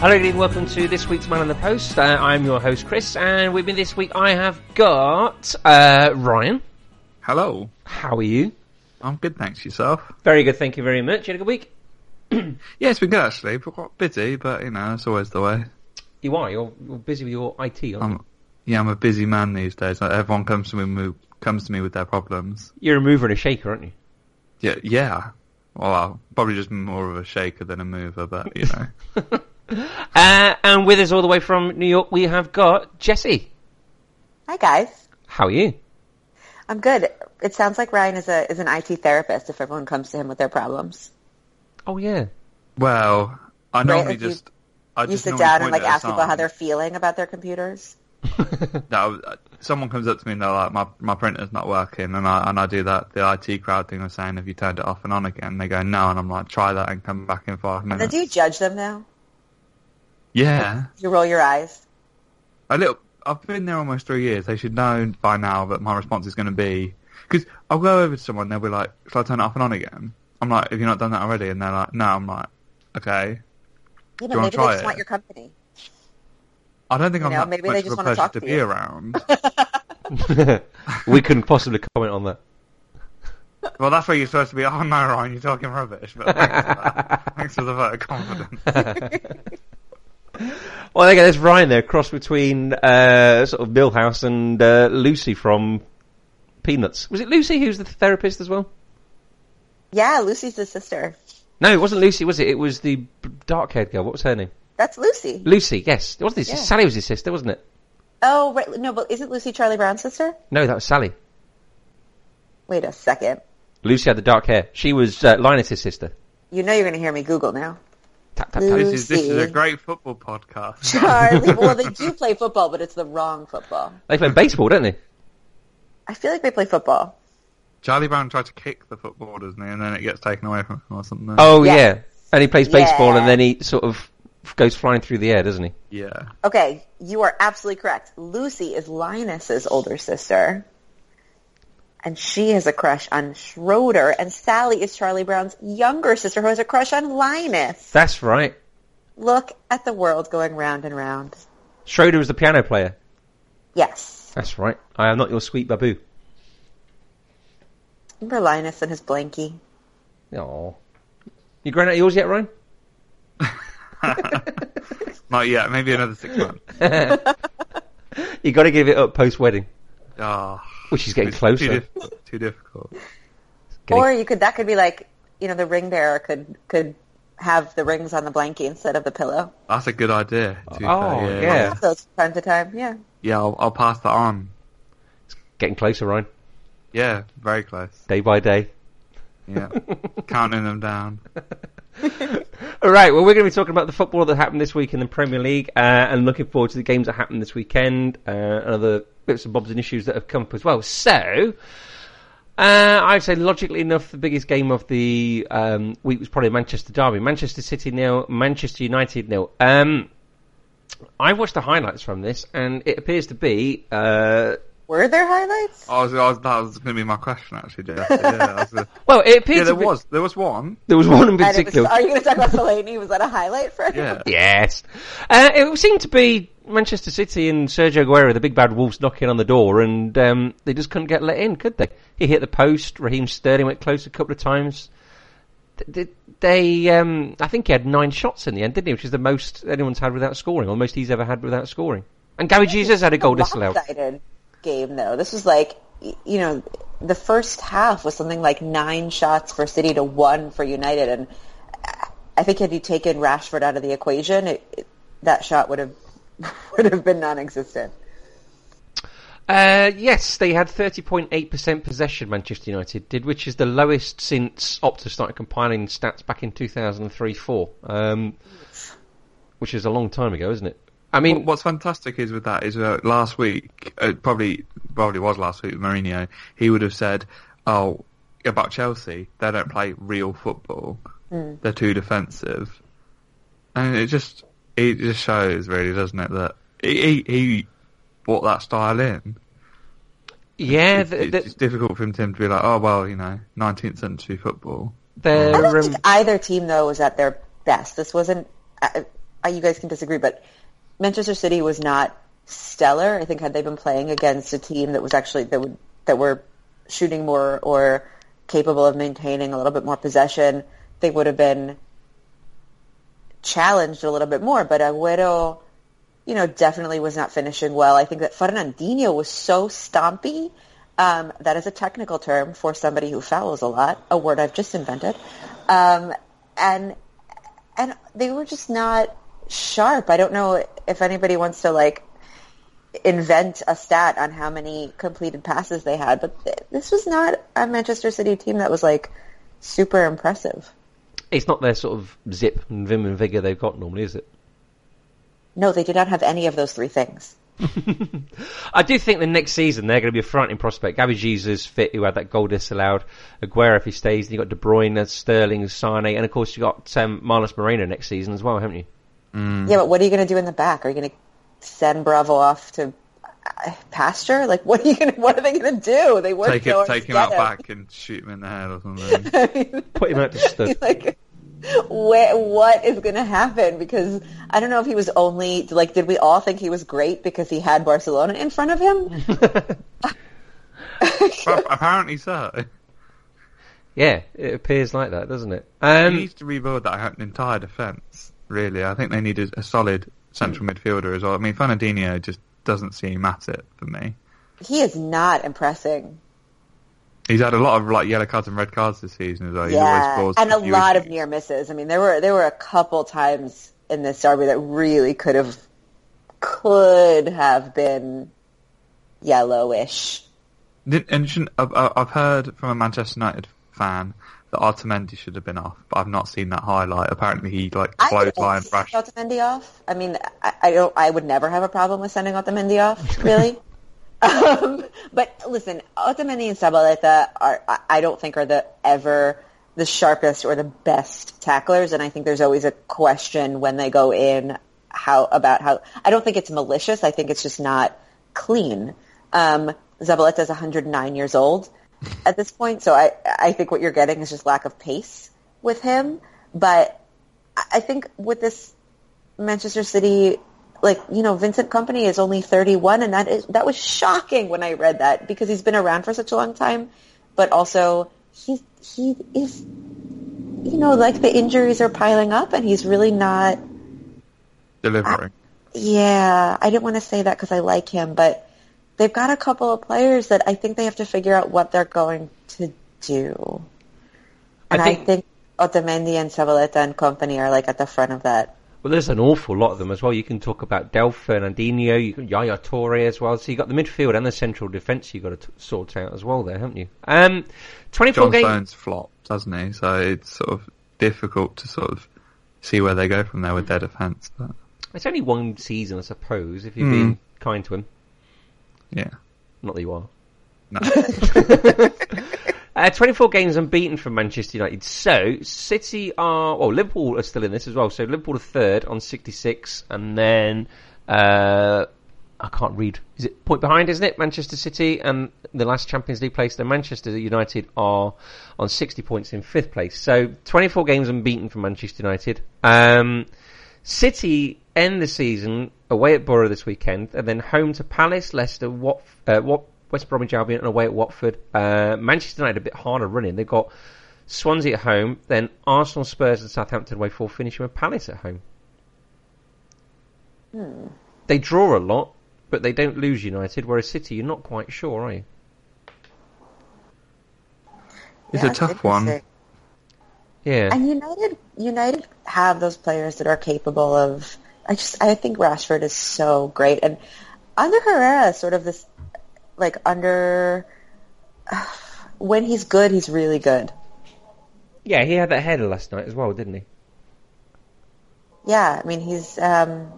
Hello, good evening. Welcome to this week's Man on the Post. Uh, I'm your host, Chris, and with me this week I have got uh, Ryan. Hello. How are you? I'm good, thanks yourself. Very good, thank you very much. You had a good week? Yeah, it's been good actually, but quite busy, but you know, it's always the way. You are. You're, you're busy with your IT, aren't you? I'm yeah, I'm a busy man these days. Like, everyone comes to me mo- comes to me with their problems. You're a mover and a shaker, aren't you? Yeah, yeah. Well, I'm probably just more of a shaker than a mover, but you know. Uh, and with us all the way from New York, we have got Jesse. Hi guys, How are you? I'm good. It sounds like Ryan is a is an IT therapist if everyone comes to him with their problems. Oh, yeah. well, I normally if you- just I You just sit normally down and point like at a ask people how sign. they're feeling about their computers. No, uh, someone comes up to me and they're like, "My my printer's not working," and I and I do that the IT crowd thing of saying, "Have you turned it off and on again?" And they go, "No," and I'm like, "Try that and come back in five Now, minutes." do you judge them now? yeah. You roll your eyes. a little. I've been there almost three years. They should know by now that my response is going to be because I'll go over to someone. They'll be like, "Shall I turn it off and on again?" I'm like, "Have you not done that already?" And they're like, "No." I'm like, "Okay." You you know, wanna maybe they try just it? want your company. I don't think You I'm know, that maybe much they of just a wanna pleasure talk to to be you. around. we couldn't possibly comment on that. well, that's where you're supposed to be. Oh no, Ryan, you're talking rubbish. But thanks for, that. thanks for the vote of confidence. Well, there you go. There's Ryan there, cross between uh, sort of Millhouse and uh, Lucy from Peanuts. Was it Lucy who's the therapist as well? Yeah, Lucy's the sister. No, it wasn't Lucy, was it? It was the dark-haired girl. What was her name? That's Lucy. Lucy, yes. It wasn't his, Yeah. Sally was his sister, wasn't it? oh, right, no, but isn't Lucy Charlie Brown's sister? No, that was Sally. Wait a second. Lucy had the dark hair. She was uh, Linus's sister. You know you're going to hear me Google now. Tap, tap, tap. Lucy. This is this is a great football podcast. Charlie. well, they do play football, but it's the wrong football. They play baseball, don't they? I feel like they play football. Charlie Brown tried to kick the football, doesn't he? And then it gets taken away from him or something. Oh, Yes. yeah. And he plays baseball Yeah. and then he sort of goes flying through the air, doesn't he? yeah. Okay, you are absolutely correct. Lucy is Linus's older sister. And she has a crush on Schroeder, and Sally is Charlie Brown's younger sister who has a crush on Linus. That's right. Look at the world going round and round. Schroeder was the piano player. Yes. That's right. I am not your sweet baboo. Remember Linus and his blankie? Oh. You grown out yours yet, Ryan? Not yet. Maybe another six months. You got to give it up post wedding, Ah, which is getting it's too closer. difficult- Too difficult. Getting- Or you could that could be like you know, the ring bearer could could have the rings on the blankie instead of the pillow. That's a good idea. to be Oh, fair, yeah. I have those from time to time, yeah. Yeah, I'll, I'll pass that on. Getting closer, Ryan. Yeah, very close. Day by day. Yeah, counting them down. All right, well, we're going to be talking about the football that happened this week in the Premier League uh, and looking forward to the games that happened this weekend uh, and other bits and bobs and issues that have come up as well. So, uh, I'd say logically enough, the biggest game of the um, week was probably Manchester Derby. Manchester City nil, Manchester United nil. Um, I watched the highlights from this and it appears to be. Uh, Were there highlights? I was, I was, that was going to be my question actually. Jeff. Yeah, I was gonna- well, it appears yeah, there to be- was, there was one. There was one in And it was, particular. are you going to talk about Fellaini? Was that a highlight for everyone? Yeah, Yes. Uh, it seemed to be Manchester City and Sergio Aguero, the big bad wolves, knocking on the door, and um, they just couldn't get let in, could they? He hit the post. Raheem Sterling went close a couple of times. Th- th- They, um, I think he had nine shots in the end, didn't he? Which is the most anyone's had without scoring, or the most he's ever had without scoring. And Gary Jesus had a goal disallowed. lopsided game though. This was like y- you know the first half was something like nine shots for City to one for United, and I- I think had you taken Rashford out of the equation, it, it, that shot would have would have been non-existent. Uh, yes, they had 30.8% possession, Manchester United did, which is the lowest since Opta started compiling stats back in 2003-4, um, which is a long time ago, isn't it? I mean, What's fantastic is with that is uh, last week, it probably probably was last week with Mourinho. He would have said, "Oh, about Chelsea, they don't play real football. They're too defensive." And it just it just shows, really, doesn't it, that he he, he brought that style in. yeah, it's, th it's th just difficult for him to be like, oh well, you know, 19th century football. I they're... don't Um, think either team though was at their best. This wasn't. I, I- I- you guys can disagree, but Manchester City was not stellar. I think had they been playing against a team that was actually that would that were shooting more or capable of maintaining a little bit more possession, they would have been challenged a little bit more. But Agüero, you know, definitely was not finishing well. I think that Fernandinho was so stompy. Um, that is a technical term for somebody who fouls a lot, a word I've just invented. Um, and and they were just not sharp. I don't know if anybody wants to like invent a stat on how many completed passes they had, but th- this was not a Manchester City team that was like super impressive. It's not their sort of zip and vim and vigour they've got normally, is it? No, they did not have any of those three things. I do think the next season they're going to be a frightening prospect. Gabby Jesus fit, who had that goal disallowed. Aguero, if he stays, and you've got De Bruyne, Sterling, Sane, and of course you've got um, Marlos Moreno next season as well, haven't you? Mm. Yeah, but what are you going to do in the back? Are you going to send Bravo off to uh, pasture? Like, what are you going? To, what are they going to do? They worked Take so it, hard take to him out get back and shoot him in the head or something. Put him out to stud. like where, what is going to happen because i don't know if he was only like did we all think he was great because he had barcelona in front of him But apparently so. Yeah, it appears like that, doesn't it? He Um, needs to rebuild that entire defence. Really, I think they needed a solid central midfielder as well. I mean, Fernandinho just doesn't seem at it for me. he is not impressing He's had a lot of like yellow cards and red cards this season as well. He's always yeah caused and a few lot of issues. near misses i mean there were there were a couple times in this derby that really could have could have been yellowish Did- And shouldn't, I've, I've I've heard from a Manchester United fan that Artamendi should have been off, but I've not seen that highlight. Apparently, he like I would clothesline send rash. Otamendi off. I mean, I, I don't. I would never have a problem with sending Otamendi off, really. um, but listen, Otamendi and Sabaleta are. I, I don't think are the ever the sharpest or the best tacklers, and I think there's always a question when they go in how about how. I don't think it's malicious. I think it's just not clean. Um, Zabaleta is 109 years old at this point, so I I think what you're getting is just lack of pace with him, but. I- I think with this Manchester City, like you know, Vincent Company is only 31, and that is that was shocking when I read that because he's been around for such a long time, but also he he is, you know, like the injuries are piling up, and he's really not. delivering. Yeah, I didn't want to say that because I like him, but they've got a couple of players that I think they have to figure out what they're going to do, and I think- think, Otamendi and Sabaleta and company are like at the front of that. Well, there's an awful lot of them as well. You can talk about Del Fernandinho, you can Yaya Torre as well. So you've got the midfield and the central defence you've got to t- sort out as well there, haven't you? Um, 24 John games. Stones flopped, hasn't he? So it's sort of difficult to sort of see where they go from there with their defence. But It's only one season, I suppose, if you're Hmm. being kind to him. yeah, Not that you are. no. Uh, 24 games unbeaten from Manchester United. So, City are, well, Liverpool are still in this as well. So, Liverpool are third on 66, and then, uh, I can't read. Is it point behind, isn't it? Manchester City and the last Champions League place. Then Manchester United are on 60 points in fifth place. So, 24 games unbeaten from Manchester United. Um, City end the season away at Borough this weekend, and then home to Palace, Leicester, Wat, uh, Wat, West Bromwich Albion, and away at Watford. Uh, Manchester United a bit harder running. They've got Swansea at home, then Arsenal, Spurs, and Southampton away for finishing with Palace at home. They draw a lot, but they don't lose United. Whereas City, you're not quite sure, are you? It's Yeah, a tough one. interesting. Yeah, And United, United have those players that are capable of. I just, I think Rashford is so great, and under Herrera, is sort of this, like under. When he's good, he's really good. yeah. He had that header last night as well, didn't he? Yeah, I mean, he's. Um,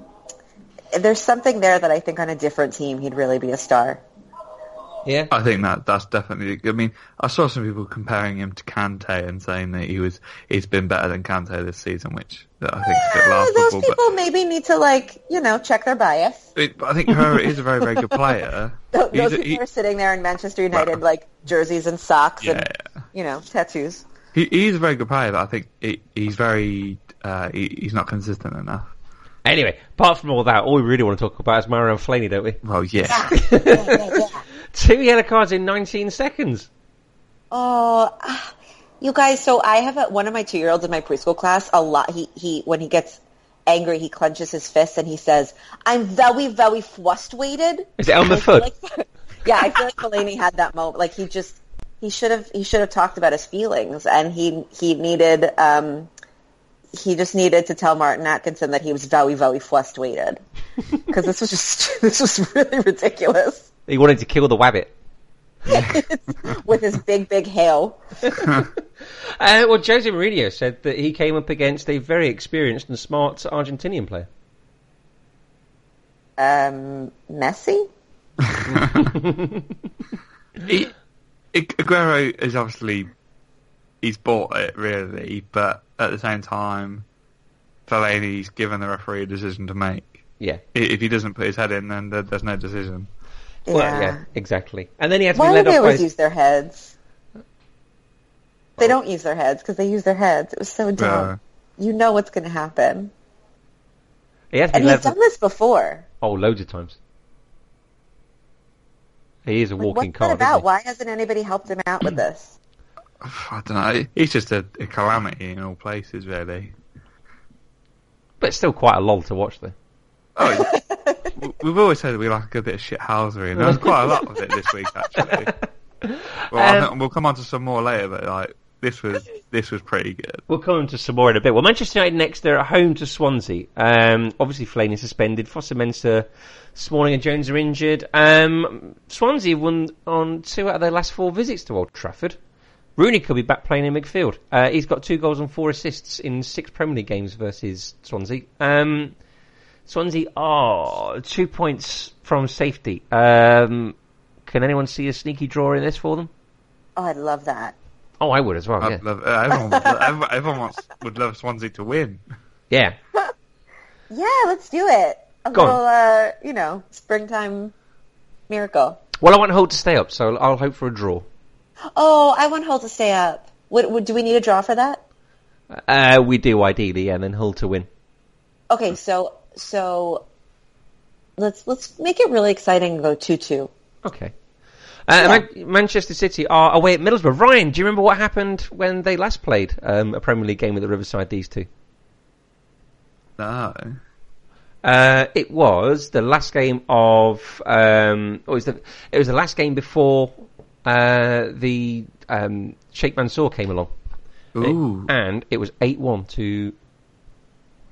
there's something there that I think on a different team he'd really be a star. Yeah. I think that that's definitely. I mean, I saw some people comparing him to Kante and saying that he was he's been better than Kante this season, which I think is a bit Uh, laughable. those but- people maybe need to like you know check their bias. It, but I think Herrera is a very, very good player. Th- Those He's a- people he- are sitting there in Manchester United like jerseys and socks yeah, and you know tattoos. he, he's a very good player, but I think he, he's very, uh, he, he's not consistent enough. Anyway, apart from all that, all we really want to talk about is Mario and Flaney, don't we? Well, yeah. yeah, yeah, yeah. Two yellow cards in 19 seconds. Oh, ah, you guys! So I have a, one of my two-year-olds in my preschool class. A lot. He he. When he gets angry, he clenches his fists and he says, "I'm very very frustrated." Is it Elmer I feel Fudd? like- yeah, I feel like Mulaney had that moment. Like he just he should have he should have talked about his feelings, and he he needed um he just needed to tell Martin Atkinson that he was very very frustrated because this was just this was really ridiculous He wanted to kill the Wabbit. with his big big hail. Uh, well, Jose Mourinho said that he came up against a very experienced and smart Argentinian player. Um, Messi. he, I- Aguero is obviously he's bought it really, but at the same time, Fellaini's given the referee a decision to make. Yeah. I- If he doesn't put his head in, then there- there's no decision. Yeah. Well, yeah, exactly. And then he had to Why be do led they off by. always use their heads? Oh. They don't use their heads because they use their heads. It was so dumb. You know what's going to happen. He had to be And he's led. done this before. Oh, loads of times. He is a Like, walking what's card. that about? isn't he? Why hasn't anybody helped him out with this? I don't know. He's just a, a calamity in all places, really. But it's still quite a lull to watch, though. Oh, w- we've always said we like a bit of shithousery, and there was quite a lot of it this week, actually. Well, I Um, think- we'll come on to some more later, but like this was this was pretty good. We'll come on to some more in a bit. Well, Manchester United next, they're at home to Swansea. Um, obviously, Fellaini suspended. Foster Mensah, Smalling and Jones are injured. Um, Swansea won on two out of their last four visits to Old Trafford. Rooney could be back playing in midfield. Uh, he's got two goals and four assists in six Premier League games versus Swansea. Um, Swansea are two points from safety. Um, can anyone see a sneaky draw in this for them? Oh, I love that. Oh, I would as well. I'd yeah. love- everyone, would, everyone- everyone wants, would love Swansea to win. yeah. Yeah, let's do it. A Go on. little, uh, you know, springtime miracle. Well, I want Holt to stay up, so I'll hope for a draw. Oh, I want Hull to stay up. What, what, do we need a draw for that? Uh, we do ideally, yeah, and then Hull to win. Hmm. Okay, so so let's let's make it really exciting and go two two. Okay. Uh, Man- Manchester City are away at Middlesbrough. Ryan, do you remember what happened when they last played um, a Premier League game with the Riverside? These two. No, Uh, it was the last game of. Um, or it, was the, it was the last game before uh, the um, Sheikh Mansour came along, ooh, and it was eight-one to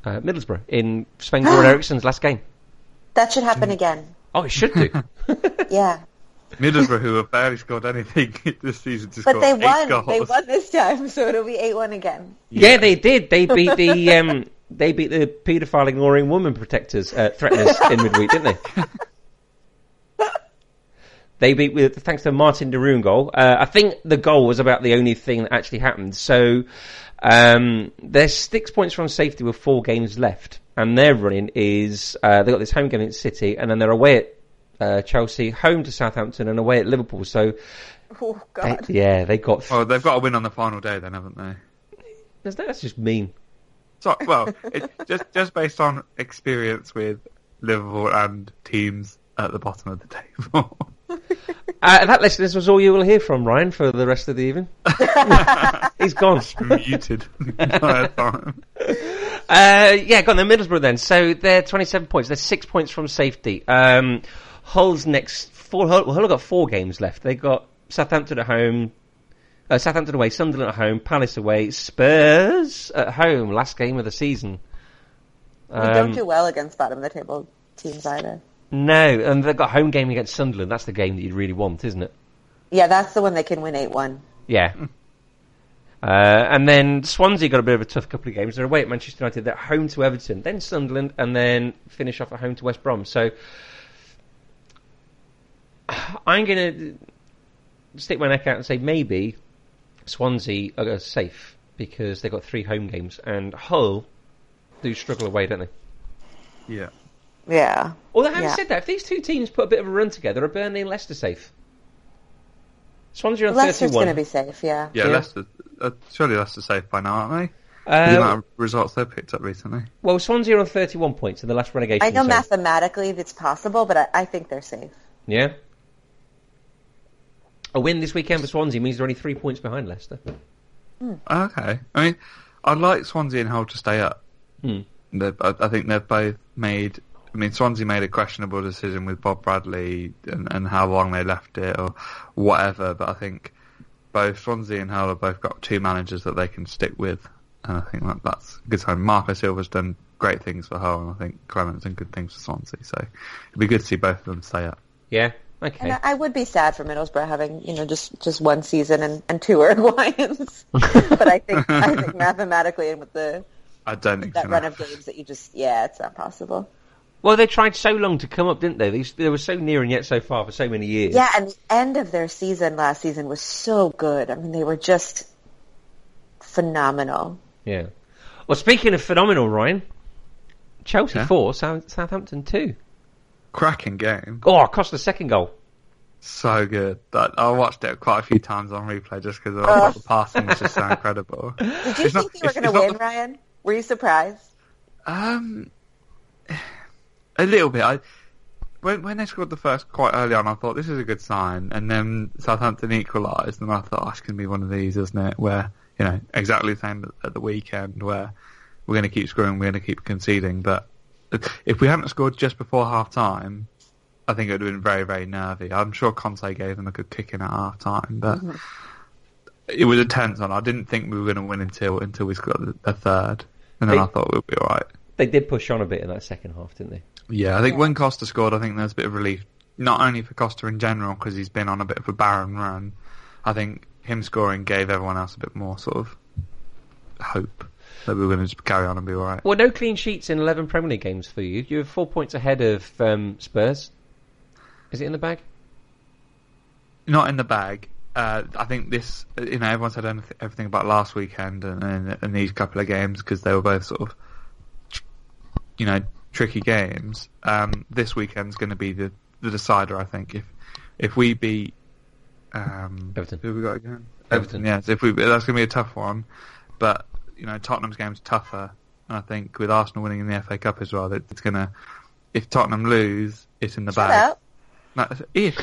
uh, Middlesbrough in Sven Goran Eriksson's last game. That should happen again. Oh, it should do. Yeah, Middlesbrough who have barely scored anything this season to but score they eight won. goals. They won this time, so it'll be eight one again. Yeah, they did. They beat the um, they beat the paedophile ignoring woman protectors uh, threateners in midweek, didn't they? They beat with thanks to Martin Deroon goal. Uh, I think the goal was about the only thing that actually happened. So um, there's six points from safety with four games left, and their running is uh, they got this home game against City, and then they're away at uh, Chelsea, home to Southampton, and away at Liverpool. So Oh eh, God! yeah, they got. Well, they've got to win on the final day, then, haven't they? That's just mean. So, well, it, just just based on experience with Liverpool and teams at the bottom of the table. Uh, that, listeners, was all you will hear from Ryan for the rest of the evening. He's gone. Muted the entire time. Uh, yeah, gone. They're Middlesbrough then. So they're 27 points. They're six points from safety. Um, Hull's next four. Hull, well, Hull have got four games left. They got Southampton at home, uh, Southampton away, Sunderland at home, Palace away, Spurs at home. Last game of the season. We don't do well against bottom of the table teams either. No, and they've got a home game against Sunderland. That's the game that you'd really want, isn't it? Yeah, that's the one they can win eight one. Yeah. Uh, and then Swansea got a bit of a tough couple of games. They're away at Manchester United. They're at home to Everton, then Sunderland, and then finish off at home to West Brom. So I'm going to stick my neck out and say maybe Swansea are safe because they've got three home games, and Hull do struggle away, don't they? Yeah. Yeah, Although having Yeah. said that, if these two teams put a bit of a run together, are Burnley and Leicester safe? Swansea are on Leicester's going to 31. be safe. Yeah, Yeah, Yeah. Leicester. Uh, surely Leicester safe by now, aren't The Uh, amount of results they've picked up recently. well, Swansea are on 31 points in the last relegation. I know zone. mathematically it's possible, but I, I think they're safe. Yeah. A win this weekend for Swansea means they're only three points behind Leicester. Okay. I mean, I'd like Swansea and Hull to stay up. Hmm. They've- I, I think they've both made. I mean, Swansea made a questionable decision with Bob Bradley and, and how long they left it or whatever. But I think both Swansea and Hull have both got two managers that they can stick with, and I think that, that's a good sign. Marco Silva's done great things for Hull, and I think Clement's done good things for Swansea. So it'd be good to see both of them stay up. Yeah. Okay. And uh, I I would be sad for Middlesbrough having, you know, just, just one season and, and two Uruguayans. but I think I think mathematically and with the I don't think it's that gonna run of games that you just yeah, it's not possible. Well, they tried so long to come up, didn't they? They, they were so near and yet so far for so many years. Yeah, and the end of their season last season was so good. I mean, they were just phenomenal. Yeah. Well, speaking of phenomenal, Ryan, Chelsea Yeah. four, South, Southampton two. cracking game. Oh, cost the second goal. So good. That I watched it quite a few times on replay just because uh. the passing was just so incredible. Did you It's not- think they were it's- going to it's not win, Ryan? Were you surprised? Um, a little bit. I when when they scored the first quite early on, I thought this is a good sign, and then Southampton equalised, and I thought oh, it's going to be one of these, isn't it? Where you know exactly the same at the weekend, where we're going to keep scoring, we're going to keep conceding. But if we hadn't scored just before half time, I think it would have been very very nervy. I'm sure Conte gave them a good kicking at half time, but. It was a tense one. I didn't think we were going to win until until we scored the, the third, and then Hey. I thought we'll be all right. They did push on a bit in that second half, didn't they? Yeah, I think when Costa scored, I think there's a bit of relief, not only for Costa in general because he's been on a bit of a barren run. I think him scoring gave everyone else a bit more sort of hope that we were going to just carry on and be all right. Well, no clean sheets in 11 Premier League games for you. You're four points ahead of um, Spurs. Is it in the bag? Not in the bag. Uh, I think this, you know, everyone said anyth- everything about last weekend and, and, and these couple of games because they were both sort of, tr- you know, tricky games. Um, this weekend's going to be the, the decider, I think. If if we beat um, Everton. who have we got again? Everton. Everton. Yes, if we that's going to be a tough one, but you know Tottenham's game's tougher, and I think with Arsenal winning in the FA Cup as well, that it's going to. If Tottenham lose, it's in the Shut bag. up. No, if.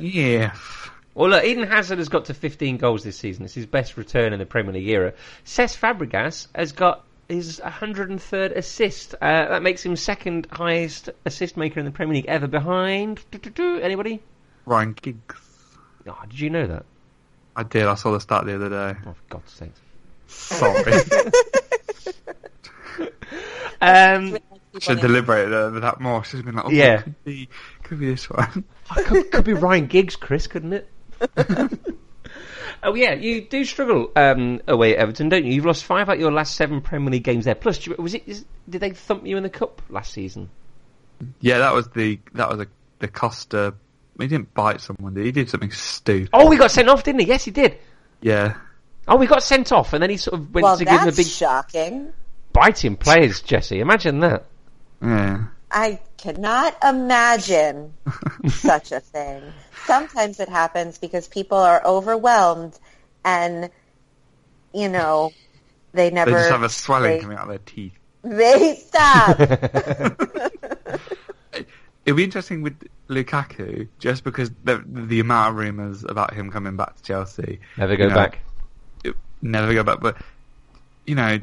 yeah. Well, look, Eden Hazard has got to 15 goals this season. It's his best return in the Premier League era. Cesc Fabregas has got his 103rd assist. Uh, that makes him second highest assist maker in the Premier League ever behind. Do-do-do. Anybody? Ryan Giggs. Oh, did you know that? I did. I saw the stat the other day. Oh, for God's sake. Sorry. Um, Hmm. Should have deliberated over that more. Should have been like, oh, Yeah. could be, could be this one. oh, could, could be Ryan Giggs, Chris, couldn't it? oh, yeah, you do struggle um, away at Everton, don't you? You've lost five out of your last seven Premier League games there. Plus, do you- was it? Is, did they thump you in the cup last season? Yeah, that was the that was a, the Costa. He didn't bite someone. Did he? he did something stupid. Oh, he got sent off, didn't he? Yes, he did. Yeah. Oh, he got sent off, and then he sort of went Well, to give him a that's big shocking. bite in players, Jesse. Imagine that. Yeah. I cannot imagine such a thing. Sometimes it happens because people are overwhelmed and, you know, they They never... just have a swelling they- coming out of their teeth. They stop. It'd be interesting with Lukaku, just because the the amount of rumours about him coming back to Chelsea. Never go you know, back. it- never go back. But you know,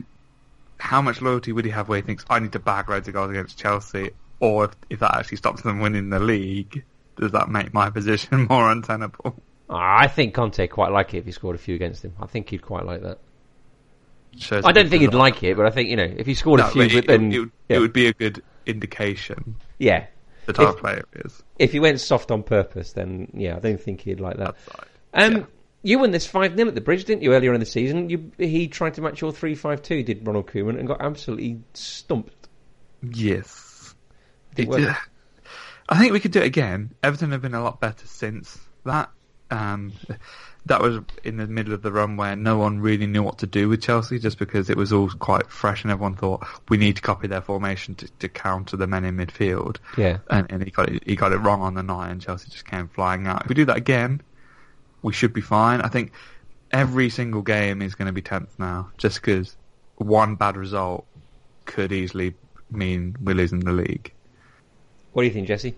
how much loyalty would he have where he thinks I need to bag loads of goals against Chelsea, or if, if that actually stops them winning the league, does that make my position more untenable? Ah, I think Conte quite like it if he scored a few against him. I think he'd quite like that. Shows I don't think he'd No, like it, but I think you know if he scored a but few, it, but then it, would- yeah. it would be a good indication yeah. the type If- of player he is. If he went soft on purpose, then yeah, I don't think he'd like that. Outside. Um, Yeah. you won this five 0 at the bridge, didn't you? Earlier in the season, you he tried to match your three five two. Did Ronald Koeman and got absolutely stumped. Yes. Did it work? I think we could do it again. Everton have been a lot better since that. Um, that was in the middle of the run where no one really knew what to do with Chelsea just because it was all quite fresh and everyone thought we need to copy their formation to, to counter the men in midfield. Yeah. And, and he got it, he got it wrong on the night and Chelsea just came flying out. If we do that again, we should be fine. I think every single game is going to be tense now, just because one bad result could easily mean we're losing the league. What do you think, Jesse?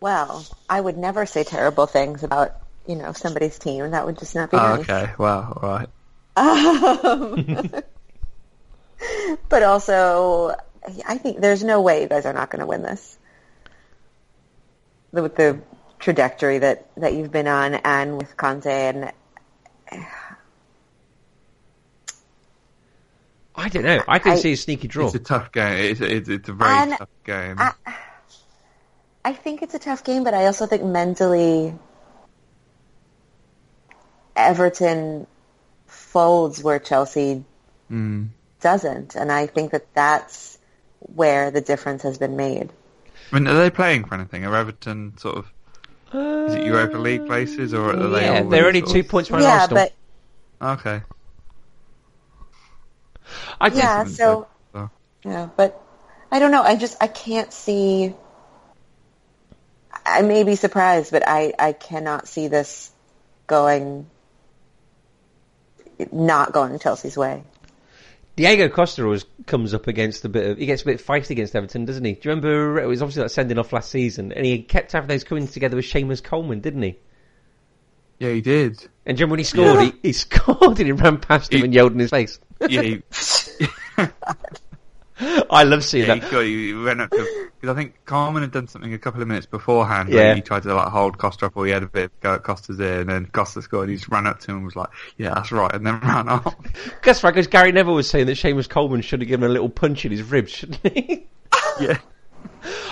Well, I would never say terrible things about you know somebody's team. That would just not be Oh, nice. okay. Wow. All right. Um, But also, I think there's no way you guys are not going to win this. With the trajectory that, that you've been on and with Conte and I don't know. I didn't I- see a sneaky draw. It's a tough game. It's, it's, it's a very And tough game. I- I think it's a tough game, but I also think mentally Everton folds where Chelsea Hmm. doesn't, and I think that that's where the difference has been made. I mean, are they playing for anything? Are Everton sort of is it Europa League places or are they? Uh, yeah, all they're only really two sort points behind yeah, Arsenal. but of- Okay. I did, yeah, Isn't Uh, so it? So- yeah, but I don't know. I just I can't see. I may be surprised, but I I cannot see this going not going Chelsea's way. Diego Costa always comes up against a bit of. He gets a bit feisty against Everton, doesn't he? Do you remember it was obviously that sending off last season, and he kept having those coming together with Seamus Coleman, didn't he? Yeah, he did. And do you remember when he scored? He, he scored and he ran past him He- and yelled in his face. Yeah, he, I love seeing yeah, he, that. got, he went up because I think Carmen had done something a couple of minutes beforehand. Yeah. where he tried to like hold Costa up, or he had a bit of go at Costa's ear, and then Costa scored. He just ran up to him and was like, "Yeah, that's right," and then ran off. That's right, because Gary Neville was saying that Seamus Coleman should have given him a little punch in his ribs, shouldn't he? yeah.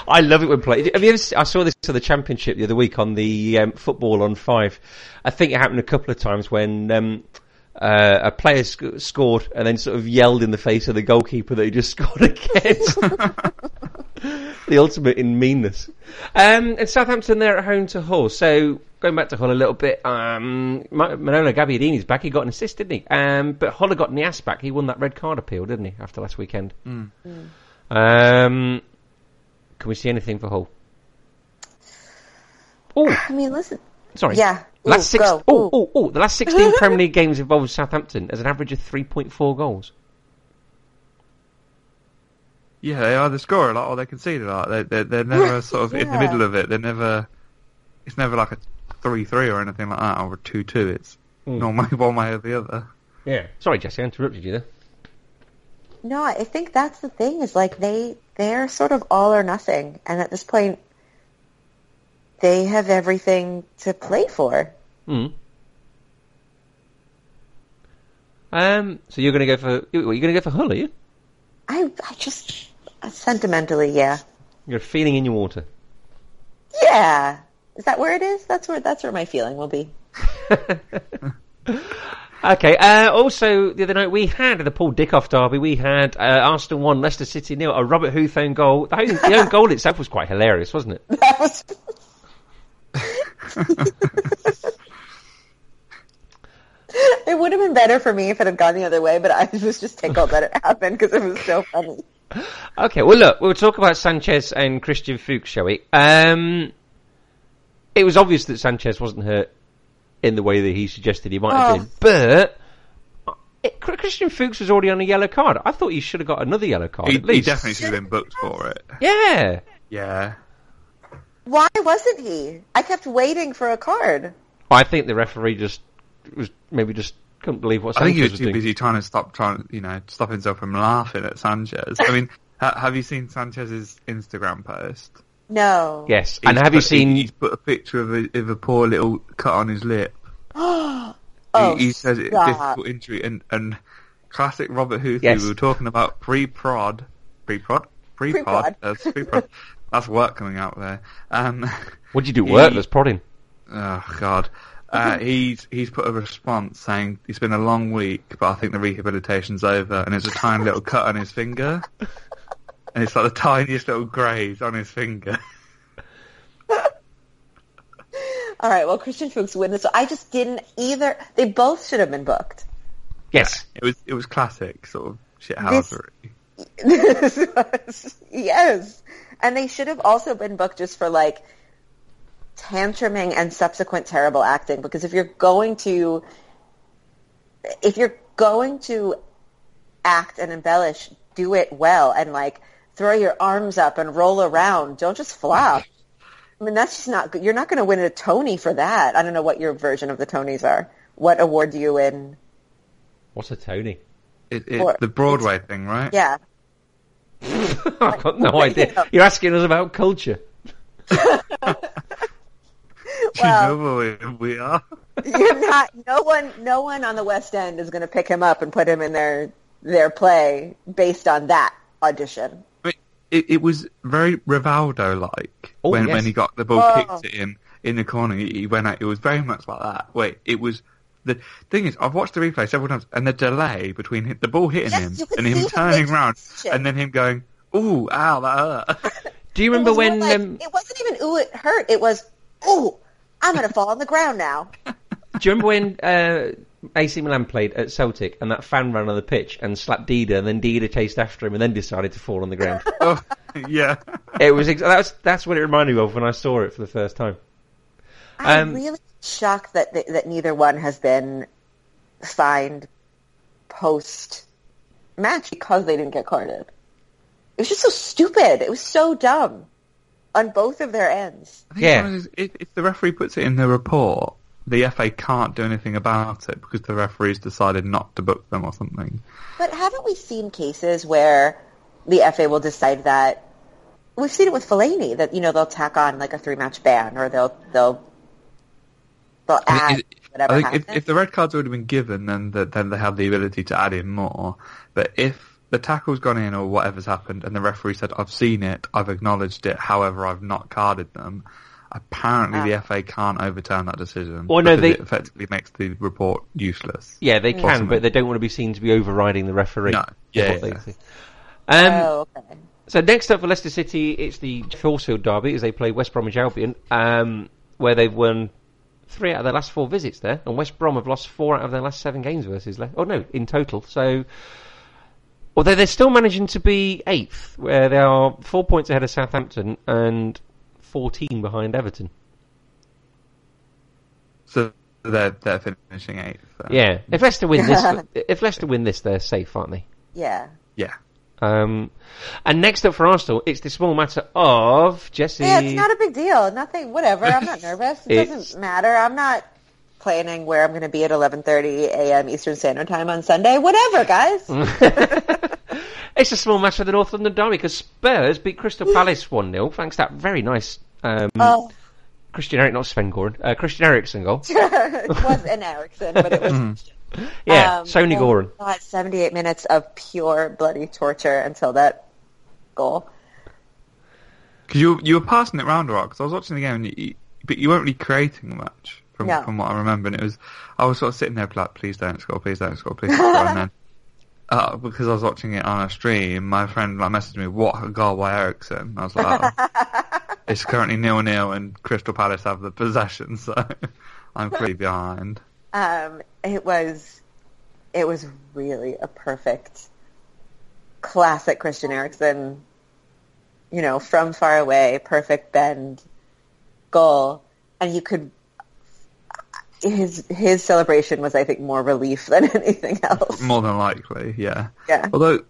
I love it when played. Have you ever? se- I saw this to the championship the other week on the um, football on five. I think it happened a couple of times when um, uh, a player sc- scored and then sort of yelled in the face of the goalkeeper that he just scored against. the ultimate in meanness. Um, and Southampton they're at home to Hull. So going back to Hull a little bit, um, Ma- Manolo Gabbiadini's back. He got an assist, didn't he? Um, but Hull had got Nias back. He won that red card appeal, didn't he? After last weekend. Um, can we see anything for Hull? Oh, I mean, listen, sorry. Yeah. Ooh, Last six. go. Oh, Ooh. oh, oh. The last sixteen Premier League games involved Southampton as an average of three point four goals. Yeah, they either score a lot or they concede a lot. They, they, they're never sort of in the Yeah. middle of it. They're never. It's never like a three-three or anything like that, or a two-two. It's Hmm. normally one way or the other. Yeah. Sorry, Jesse, I interrupted you there. no, I think that's the thing is like they they're sort of all or nothing, and at this point, they have everything to play for. Mm. Um. So you're going to go for you- you're going to go for Hull, are you? I I just uh, sentimentally, yeah, You're feeling in your water. yeah. Is that where it is? That's where that's where my feeling will be. Okay. Uh, also, the other night we had the Paul Dickoff derby. We had uh, Arsenal one, Leicester City nil. A Robert Huth own goal. The own, the own goal itself was quite hilarious, wasn't it? That was It would have been better for me if it had gone the other way, but I was just tickled that it happened because it was so funny. Okay, well, look, we'll talk about Sanchez and Christian Fuchs, shall we? Um, it was obvious that Sanchez wasn't hurt in the way that he suggested he might have Oh. been, but it, Christian Fuchs was already on a yellow card. I thought he should have got another yellow card He, at least. he definitely should have been booked for it. Yeah. Yeah. Why wasn't he? I kept waiting for a card. I think the referee just was maybe just couldn't believe what I think Sanchez he was was too doing. busy trying to stop trying, you know, stop himself from laughing at Sanchez. I mean, ha- have you seen Sanchez's Instagram post? No. Yes, and He's have you put- seen? He's put a picture of a, of a poor little cut on his lip. Oh, he, he says it's a stop. difficult injury, and, and classic Robert Huth. Yes. We were talking about pre-prod, pre-prod, pre-prod, Pre-prod. That's pre-prod. That's work coming out there. Um, What'd you do? he- Work? That's prodding. Oh God. Uh, he's he's put a response saying it's been a long week, but I think the rehabilitation's over, and it's a tiny little cut on his finger, and it's like the tiniest little graze on his finger. All right, well, Christian Fuchs win this. I just didn't either. They both should have been booked. Yes. It was it was classic sort of shithousery. yes. And they should have also been booked just for like tantruming and subsequent terrible acting because if you're going to if you're going to act and embellish, do it well and like throw your arms up and roll around. Don't just flop. I mean, that's just not good. You're not going to win a Tony for that. I don't know what your version of the Tonys are. What award do you win? What's a Tony? It, it, Or- the Broadway thing, right? Yeah. I've got no idea. You're asking us about culture. Do Well- you know where we are? You're not. No one. No one on the West End is going to pick him up and put him in their their play based on that audition. But it, it was very Rivaldo like Oh, when, yes. when he got the ball Oh. kicked at him in the corner. He, he went out. It was very much like that. Wait, it was the thing is I've watched the replay several times and the delay between hit, the ball hitting Yes, him you could and see him his turning round reaction. and then him going, "Ooh, ow, that hurt." Do you It remember was more when? like- um, it wasn't even ooh it hurt. It was ooh I'm going to fall on the ground now. do you remember when uh, AC Milan played at Celtic and that fan ran on the pitch and slapped Dida, and then Dida chased after him and then decided to fall on the ground? Oh, yeah. it was ex- that's that's what it reminded me of when I saw it for the first time. Um, I'm really shocked that that that neither one has been fined post match because they didn't get carded. It was just so stupid. It was so dumb on both of their ends. I think Yeah. sometimes If, if the referee puts it in the report, the FA can't do anything about it because the referee's decided not to book them or something. But haven't we seen cases where the FA will decide that? We've seen it with Fellaini that you know they'll tack on like a three match ban or they'll they'll they'll I add think it- whatever I think happens. if, if the red card's already been given, then the, then they have the ability to add in more. But if the tackle's gone in or whatever's happened, and the referee said, "I've seen it, I've acknowledged it, however, I've not carded them," apparently the FA can't overturn that decision. Well, no, because they- it effectively makes the report useless. Yeah, they Mm. can, Possibly. but they don't want to be seen to be overriding the referee. No. is Yeah, what they yeah. think. Um, oh, okay. So next up for Leicester City, it's the Hillsfield derby as they play West Bromwich Albion, um, where they've won three out of their last four visits there, and West Brom have lost four out of their last seven games versus Leicester. Oh no, in total. So although they're still managing to be eighth, where they are four points ahead of Southampton and fourteen behind Everton. So they're they're finishing eighth. so- Yeah, if Leicester win this, if Leicester win this, they're safe, aren't they? yeah. yeah. Um, and next up for Arsenal, it's the small matter of Jesse. Yeah, it's not a big deal. Nothing. Whatever. I'm not nervous. It It's- doesn't matter. I'm not planning where I'm going to be at 11:30 a.m. Eastern Standard Time on Sunday. Whatever, guys. It's a small match for the North London Derby because Spurs beat Crystal Palace 1 0 thanks to that very nice um, Oh, Christian Eric, not Sven Goran, uh, Christian Eriksen goal. it was an Erickson, but it was. Mm-hmm. Yeah, Um, Sony oh, Goran. God, 78 minutes of pure bloody torture until that goal. Because you you were passing it round a lot. Because I was watching the game, and you, but you weren't really creating much from No. from what I remember. And it was I was sort of sitting there like, please don't score, please don't score, please don't score. and then uh, because I was watching it on a stream, my friend like messaged me, "What a goal by Ericsson!" I was like, "Oh." "It's currently nil nil, and Crystal Palace have the possession, so I'm pretty behind." Um, it was, it was really a perfect, classic Christian Eriksen. You know, from far away, perfect bend, goal, and you could. His his celebration was, I think, more relief than anything else. More than likely, yeah. Yeah. Although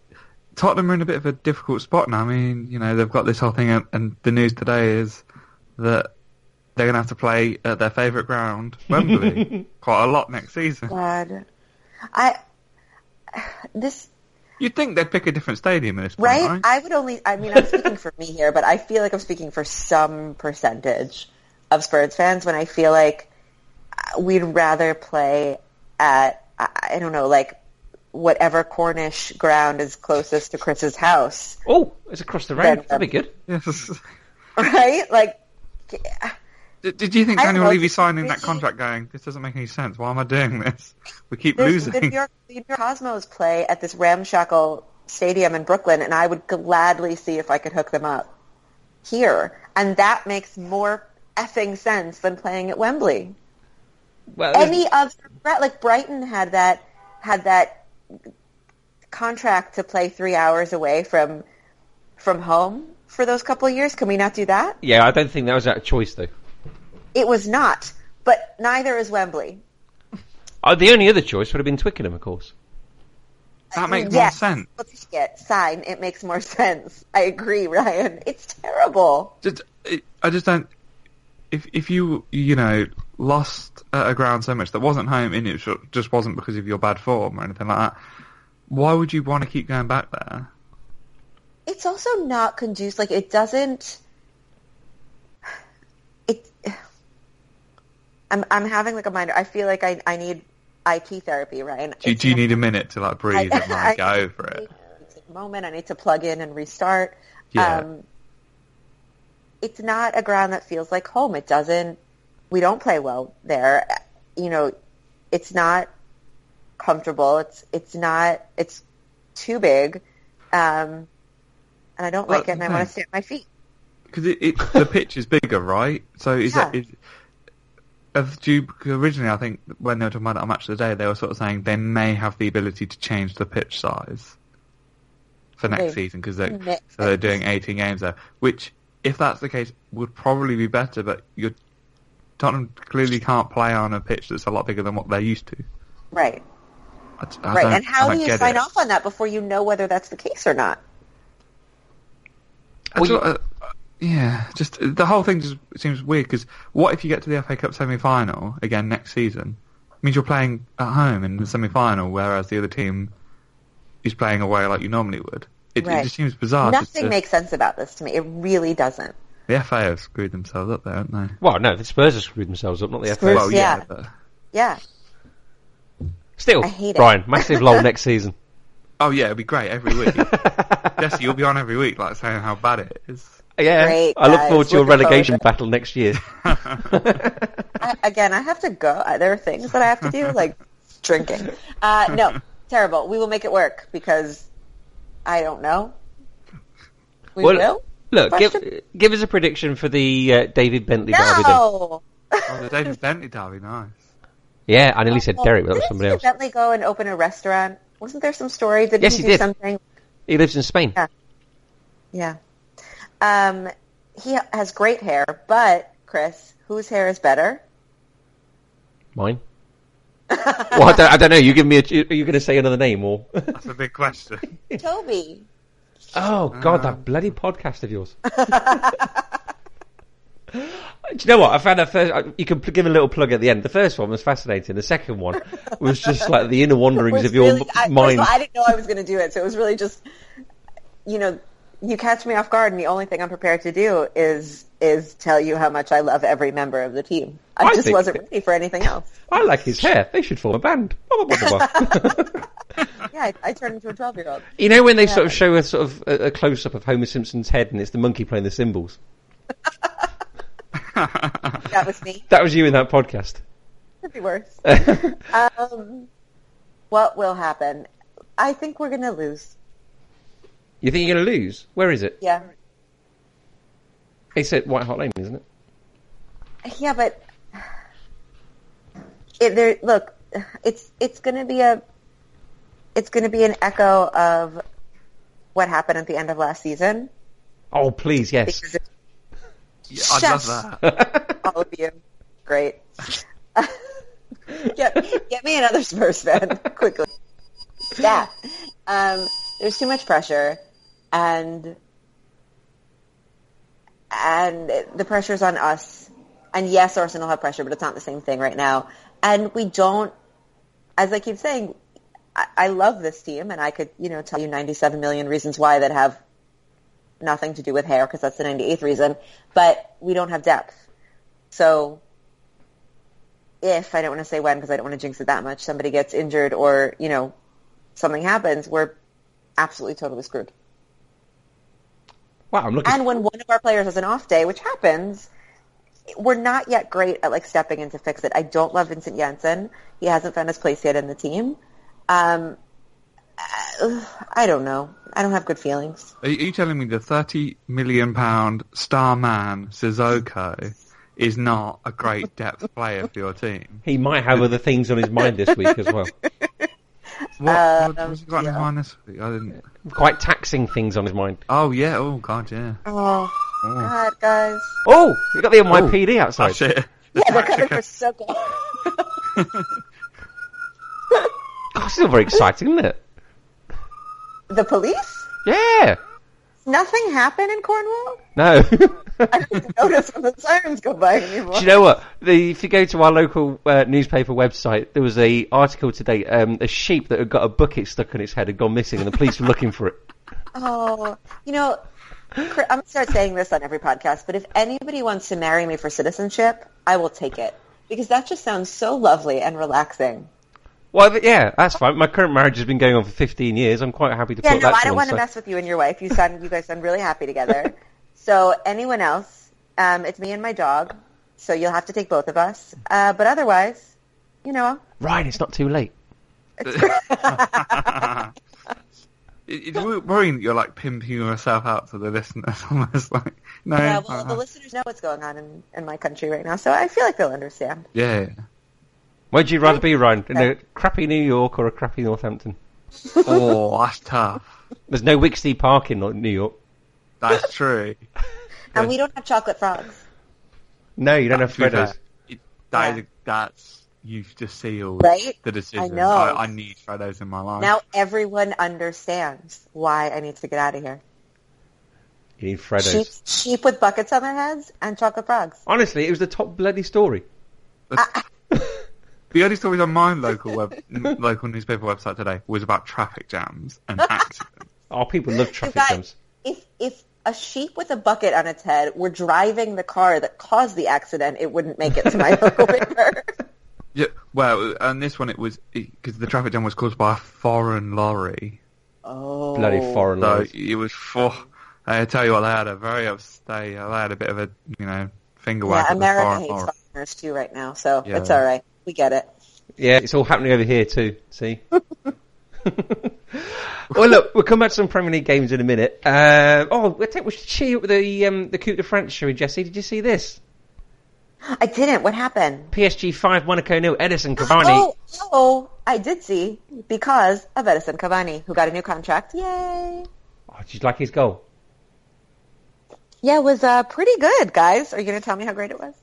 Tottenham are in a bit of a difficult spot now. I mean, you know, they've got this whole thing, and, and the news today is that they're going to have to play at their favourite ground, Wembley, quite a lot next season. God, I this You'd think they'd pick a different stadium at this point, Right? right? I would only, I mean, I'm speaking for me here, but I feel like I'm speaking for some percentage of Spurs fans when I feel like uh, we'd rather play at, I I don't know, like whatever Cornish ground is closest to Chris's house, Oh, it's across the road. Then- um, That'd be good. Yes. right? Like, Did, did you think I Daniel don't know, Levy it's signing that really- contract going, this doesn't make any sense, why am I doing this? We keep there's the New losing. York, the New York Cosmos play at this ramshackle stadium in Brooklyn, and I would gladly see if I could hook them up here. And that makes more effing sense than playing at Wembley. Well, any other like Brighton had that had that contract to play three hours away from from home for those couple of years. Can we not do that? yeah, I don't think that was out of choice though. It was not, but neither is Wembley. Uh, the only other choice would have been Twickenham, of course. That makes Yes. more sense. Well, shit, sign. It makes more sense. I agree, Ryan. It's terrible. Just, it, I just don't. If if you you know lost at a ground so much that wasn't home in it ju- just wasn't because of your bad form or anything like that, why would you want to keep going back there? It's also not conducive. Like it doesn't. It. I'm I'm having like a minor. I feel like I I need IT therapy, Ryan. Do, you- It's do you not- need a minute to like breathe and I- like get over it? It's a moment. I need to plug in and restart. Um, Yeah. it's not a ground that feels like home. It doesn't. We don't play well there. You know, it's not comfortable. It's it's not. It's too big, um, and I don't Well, like it. And I no. want to stay at my feet. Because it, it, the pitch is bigger, right? So is that Yeah. is, of do you- 'cause originally I think when they were talking about it on Match of the Day, they were sort of saying they may have the ability to change the pitch size for next They- season because they Ne- so they're doing 18 games there. Which, if that's the case, would probably be better. But you're Tottenham clearly can't play on a pitch that's a lot bigger than what they're used to. Right. I, d- I right. don't- And I how don't do you get sign it. off on that before you know whether that's the case or not? I Well, just- you- uh, yeah, just the whole thing just seems weird because what if you get to the FA Cup semi-final again next season? It means you're playing at home in the semi-final, whereas the other team is playing away like you normally would. It, it Right. just seems bizarre. Oh, just Nothing to- makes sense about this to me. It really doesn't. the FA have screwed themselves up there, haven't they? Well, no, the Spurs have screwed themselves up, not the FA. Spurs- Well, yeah. yeah. but- Yeah. Still, I hate it. Brian, massive lull next season. Oh yeah, it'd be great every week. Jesse, you'll be on every week, like saying how bad it is. Yeah, Great, I look guys. forward to your Looking forward relegation to it. battle next year. I, again, I have to go. There are things that I have to do, like drinking. Uh, no, terrible. We will make it work because I don't know. We Well, will. Look, give, Question? give us a prediction for the uh, David Bentley derby. Then. No. Oh, the David Bentley derby, nice. Yeah, I nearly said Oh, Derek, but that was somebody else. Didn't Bentley go and open a restaurant? Wasn't there some story? Did Yes, he he, do did. something? He lives in Spain. Yeah. Yeah. Um, he has great hair, but Chris, whose hair is better? Mine. well, I don't, I don't know. You give me. A, are you going to say another name or? That's a big question. Toby. oh God, that bloody podcast of yours. Do you know what? I found that first. I- You can pl- give a little plug at the end. The first one was fascinating. The second one was just like the inner wanderings was of your really- I, first m- of mind. all, I didn't know I was going to do it, so it was really just, you know, you catch me off guard, and the only thing I'm prepared to do is is tell you how much I love every member of the team. I, I just think- wasn't ready for anything else. I like his hair. They should form a band. Blah, blah, blah, blah, blah. Yeah, I, I turned into a twelve year old. you know when they sort of show a sort of a, a close up of Homer Simpson's head and it's the monkey playing the cymbals. That was me. That was you in that podcast. Could be worse. um, what will happen? I think we're going to lose. You think you're going to lose? Where is it? Yeah, It's at White Hart Lane, isn't it? yeah, but it, there. Look, it's it's going to be a it's going to be an echo of what happened at the end of last season. Oh, please, yes. because it's Yeah, I'd love Chefs. that. all of you. Great. get, get me another Spurs fan quickly. Yeah. Um, there's too much pressure, and and the pressure's on us. And yes, Arsenal have pressure, but it's not the same thing right now. And we don't, as I keep saying, I, I love this team, and I could, you know, tell you 97 million reasons why that have nothing to do with hair because that's the 98th reason, but we don't have depth. So if, I don't want to say when because I don't want to jinx it that much, somebody gets injured or, you know, something happens, we're absolutely totally screwed. Wow, I'm looking. And when one of our players has an off day, which happens, we're not yet great at like stepping in to fix it. I don't love Vincent Janssen. He hasn't found his place yet in the team. Um, uh, I don't know. I don't have good feelings. Are you telling me the thirty million pound star man Sissoko is not a great depth player for your team? he might have other things on his mind this week as well. What Um, what was he got in his mind this week? I didn't. Quite taxing things on his mind. Oh yeah. Oh god. Yeah. Oh, Oh, God, guys. Oh, you got the NYPD outside. shit. yeah, they're coming for Soko. Oh, it's still very exciting, isn't it? the police? Yeah. Nothing happened in Cornwall? No. Do I don't notice when the sirens go by anymore. you know what? The, if you go to our local uh, newspaper website, there was a article today. Um, a sheep that had got a bucket stuck in its head had gone missing, and the police were looking for it. Oh, you know, Chris, I'm going to start saying this on every podcast, but if anybody wants to marry me for citizenship, I will take it. Because that just sounds so lovely and relaxing. Well, th- yeah, that's fine. My current marriage has been going on for 15 years. I'm quite happy to Yeah, put no, that I to one don't want to side. mess with you and your wife. You sound, you guys sound really happy together. so anyone else, um, it's me and my dog. So you'll have to take both of us. Uh, but otherwise, you know, Ryan, it's not too late. It- It's wor- worrying that you're like pimping yourself out to the listeners. Almost like no, yeah, well, the uh, listeners know what's going on in, in my country right now, so I feel like they'll understand. yeah. Where'd you rather be, Ryan? In a crappy New York or a crappy Northampton? Oh, that's tough. There's no Wixie Park in New York. That's true. And we don't have chocolate frogs. No, you don't have To be fair, Freddos. it- that Yeah. is- that's you've just sealed Right? the decision. I know. I, I need Freddos in my life. Now everyone understands why I need to get out of here. You need Sheep, Freddos. sheep with buckets on their heads and chocolate frogs. Honestly, it was the top bloody story. The only stories on my local web, n- local newspaper website today was about traffic jams and accidents. Oh, people love traffic Guys, jams. If if a sheep with a bucket on its head were driving the car that caused the accident, it wouldn't make it to my local paper. yeah, well, and this one it was because the traffic jam was caused by a foreign lorry. Oh, Bloody foreign So laws. it was for. I tell you what, they had a very upstate. They had a bit of a you know finger wag Yeah, at the America foreign hates lorry. foreigners too right now, so Yeah. it's all right. We get it. Yeah, it's all happening over here too. See. well, look, we'll come back to some Premier League games in a minute. Uh, oh, I think we should cheer up the um, the Coupe de France, shall we, Jesse? Did you see this? I didn't. What happened? PSG five, Monaco nil. Edison Cavani. Oh, oh, I did see because of Edison Cavani, who got a new contract. Yay! Oh, did you like his goal? Yeah, it was uh, pretty good, guys. Are you going to tell me how great it was?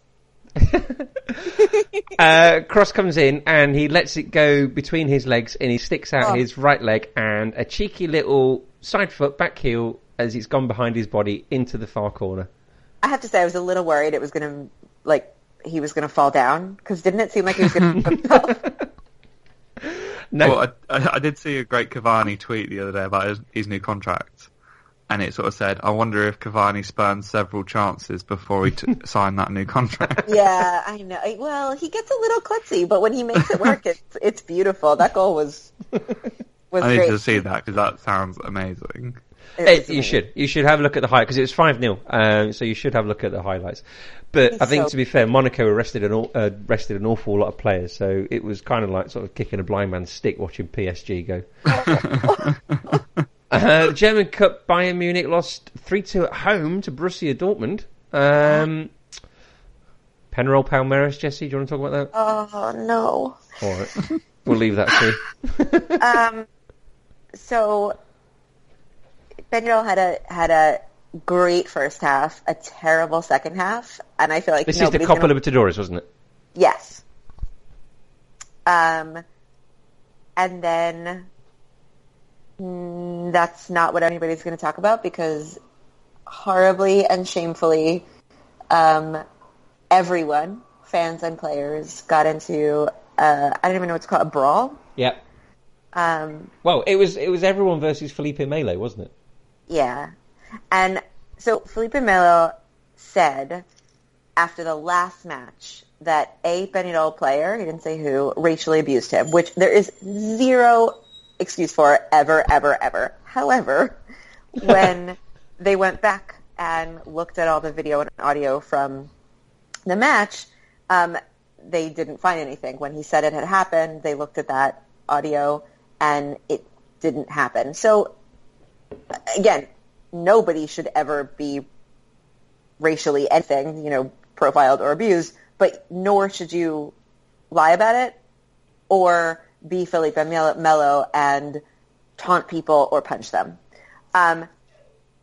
Uh, cross comes in and he lets it go between his legs and he sticks out Oh. his right leg and a cheeky little side foot back heel as it's gone behind his body into the far corner. I have to say, I was a little worried it was going to like he was going to fall down because didn't it seem like he was going to himself? No, Well, I, I, I did see a great Cavani tweet the other day about his, his new contract, and it sort of said, "I wonder if Cavani spurned several chances before he t- signed that new contract." yeah, I know. I- Well, he gets a little klutzy, but when he makes it work, it's it's beautiful. That goal was was I need great. to see that because that sounds amazing. It Hey, was you amazing. should. You should have a look at the highlight because it was 5 0. Um, so you should have a look at the highlights. But I think, so- to be fair, Monaco arrested an, aw- uh, arrested an awful lot of players. So it was kind of like sort of kicking a blind man's stick watching PSG go. uh, German Cup Bayern Munich lost 3 2 at home to Borussia Dortmund. Um, Penarol Palmeiras, Jesse, do you want to talk about that? Oh no. All right. We'll leave that to you. So Benjol had a had a great first half, a terrible second half, and I feel like This is the nobody's Copa gonna- Libertadores, wasn't it? Yes. Um, and then mm, that's not what anybody's going to talk about because horribly and shamefully, um, everyone, fans and players, got into uh, I don't even know what to call it, a brawl. Yeah. Um, Well, it was it was everyone versus Felipe Melo, wasn't it? Yeah. And so Felipe Melo said after the last match that a Benidorm player, he didn't say who, racially abused him, which there is zero excuse for ever, ever, ever. However, when they went back and looked at all the video and audio from the match, um, they didn't find anything. When he said it had happened, they looked at that audio and it didn't happen. So again, nobody should ever be racially anything, you know, profiled or abused, but nor should you lie about it or be Felipe Mel- Melo and taunt people or punch them. Um,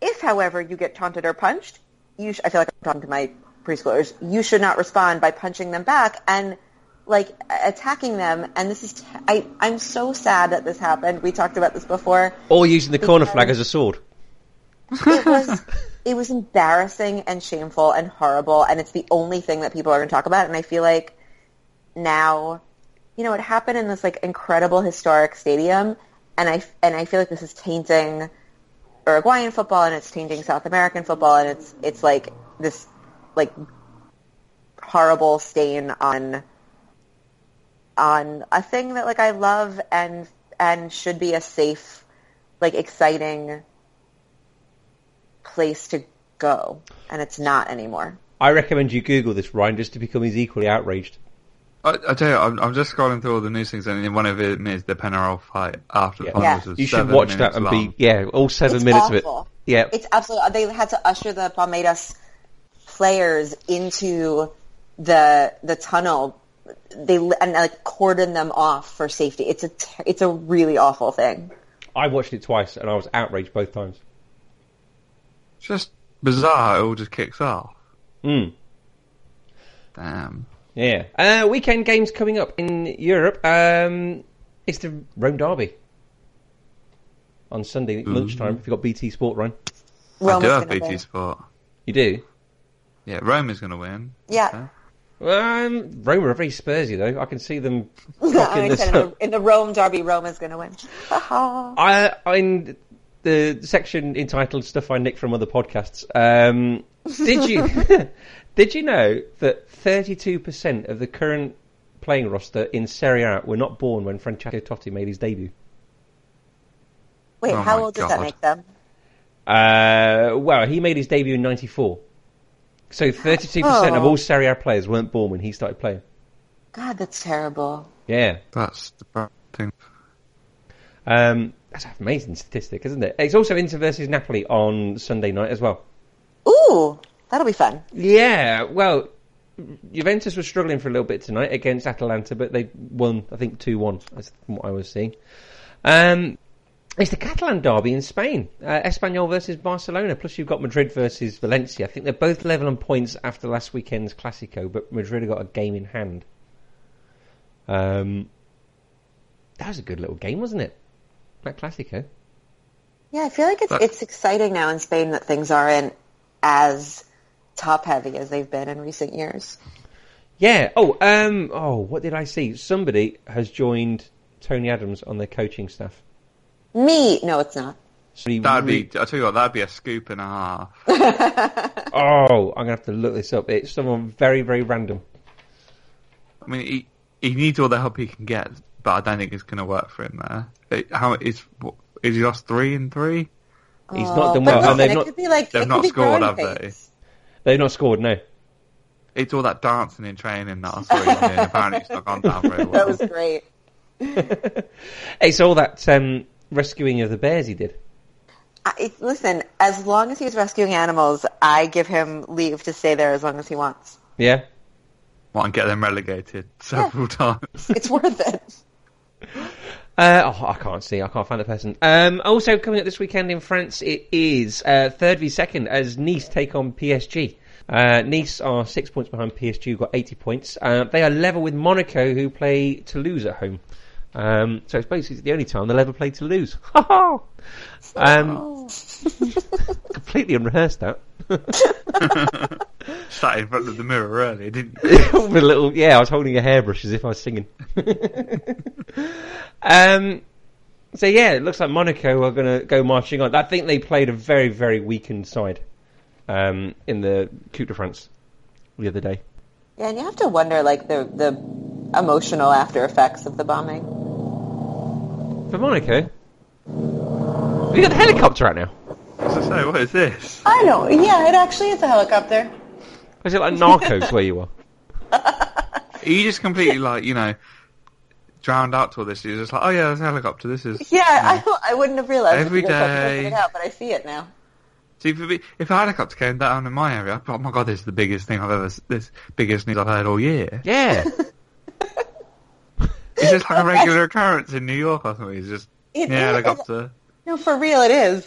if, however, you get taunted or punched, you sh- I feel like I'm talking to my preschoolers, you should not respond by punching them back and like attacking them. And this is, I, I'm so sad that this happened. We talked about this before. Or using the corner Because- flag as a sword. It was, it was embarrassing and shameful and horrible. And it's the only thing that people are going to talk about. And I feel like now, you know, it happened in this like incredible historic stadium. And I, and I feel like this is tainting Uruguayan football and it's tainting South American football. And it's, it's like this like horrible stain on on a thing that like I love and and should be a safe, like exciting place to go, and it's not anymore. I recommend you Google this, Ryan, just to become as equally outraged. I, I tell you, I'm, I'm just scrolling through all the news things, and one of them is the Penarol fight after the Yeah. finals. Yeah. was You should seven watch that minutes and long. be yeah, all seven It's minutes of awful. it. Yeah, It's absolutely they had to usher the Palmeiras players into the the tunnel. They and like cordoned them off for safety. It's a ter- it's a really awful thing. I watched it twice and I was outraged both times. It's just bizarre. It all just kicks off. Mm. Damn. Yeah. Uh, weekend games coming up in Europe. Um, it's the Rome Derby on Sunday Mm-hmm. lunchtime. If you've got BT Sport, Ryan, I do Roma's have gonna BT win. Sport. you do. Yeah, Rome is going to win. Yeah. Um, Rome are very Spursy though. I can see them. fucking I'm this excited. In up. Oh the- in the Rome derby, Roma's going to win. Ha-ha. I in the section entitled "Stuff I Nick from Other Podcasts." Um, did you did you know that thirty two percent of the current playing roster in Serie A were not born when Francesco Totti made his debut? Wait, Oh how my old does that God. make them? Uh, well, he made his debut in '94, so 32% of Oh. all Serie A players weren't born when he started playing. God, that's terrible. Yeah, That's the bad thing. um, that's an amazing statistic, isn't it? It's also Inter versus Napoli on Sunday night as well. Ooh, that'll be fun. Yeah, well, Juventus was struggling for a little bit tonight against Atalanta, but they won, I think, 2 1, that's what I was seeing. Um, it's the Catalan derby in Spain. Uh, Espanyol versus Barcelona, plus you've got Madrid versus Valencia. I think they're both level on points after last weekend's Classico, but Madrid have got a game in hand. Um, that was a good little game, wasn't it? That Classico. Yeah, I feel like it's But- it's exciting now in Spain that things aren't as top heavy as they've been in recent years. Yeah. Oh, um, oh, what did I see? Somebody has joined Tony Adams on their coaching staff. Me, no, it's not. So he That'd re- be. I tell you what, that'd be a scoop and a half. Oh, I'm gonna have to look this up. It's someone very, very random. I mean, he he needs all the help he can get, but I don't think it's going to work for him there. It, how is what- is he lost three and three? He's not done Oh, but well, and listen, they've it not could be like they've it could not be scored, growing have they? pains. they've not scored. No. It's all that dancing and training that I saw him doing. Apparently, it's not gone down very That well. was great. It's all that um, rescuing of the bears he did. I, it- listen, as long as he's rescuing animals, I give him leave to stay there as long as he wants. Yeah. Want to get them relegated several times. It's worth it. Uh, oh, I can't see. I can't find the person. Um, also coming up this weekend in France, it is uh, third v second as Nice take on PSG. Uh, nice are six points behind PSG, who've got eighty points. Uh, they are level with Monaco, who play Toulouse at home. Um, so it's basically the only time they'll ever play Toulouse. Ha ha! Um, completely unrehearsed that. Sat in front of the mirror earlier, didn't you? with a little yeah, I was holding a hairbrush as if I was singing. um, so yeah, it looks like Monaco are going to go marching on. I think they played a very very weakened side um, in the Coupe de France the other day. Yeah, and you have to wonder like the the emotional after effects of the bombing. For Monaco, we got the helicopter out now. So, so what is this? I know. Yeah, it actually is a helicopter. Is it like Narcos where you are? You just completely like you know drowned out to all this. You're just like, oh yeah, there's a helicopter. This is Yeah, I, don't- I wouldn't have realized Every if you looked up and pointed day. it out, but I see it now. "Oh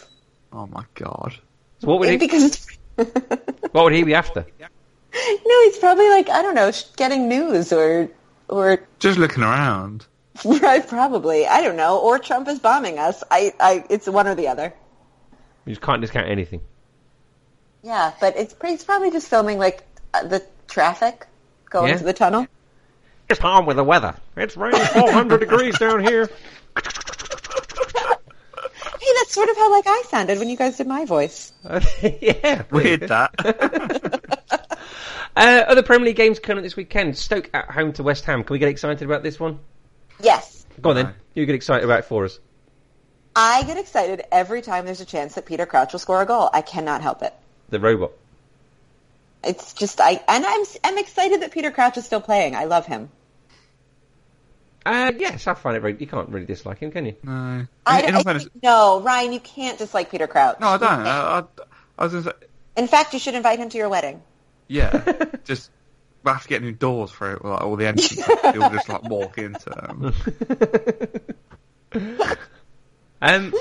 oh No, he's probably like I don't know, sh- getting news or or Just looking around. right, probably I don't know, or Trump is bombing us. I, I, it's one or the other. You just can't discount anything. Yeah, but it's pre- he's probably just filming like uh, the traffic going Yeah. to the tunnel. It's hard with the weather. It's raining 400 degrees down here. Hey, that's sort of how like I sounded when you guys did my voice. yeah. Weird that. Uh, other Premier League games coming up this weekend. Stoke at home to West Ham. Can we get excited about this one? Yes, Go on then. No. You get excited about it for us. I get excited every time there's a chance that Peter Crouch will score a goal. I cannot help it. The robot. It's just I and I'm I'm excited that Peter Crouch is still playing. I love him. Uh, yes, I find it very. You can't really dislike him, can you? no. I, In- in I all fairness- think- no, Ryan, you can't dislike Peter Crouch. no, I don't. I, I, I was going to say, In fact, you should invite him to your wedding. yeah, just we have to get new doors for it. Like all the entrances, people just like walk into them. Um,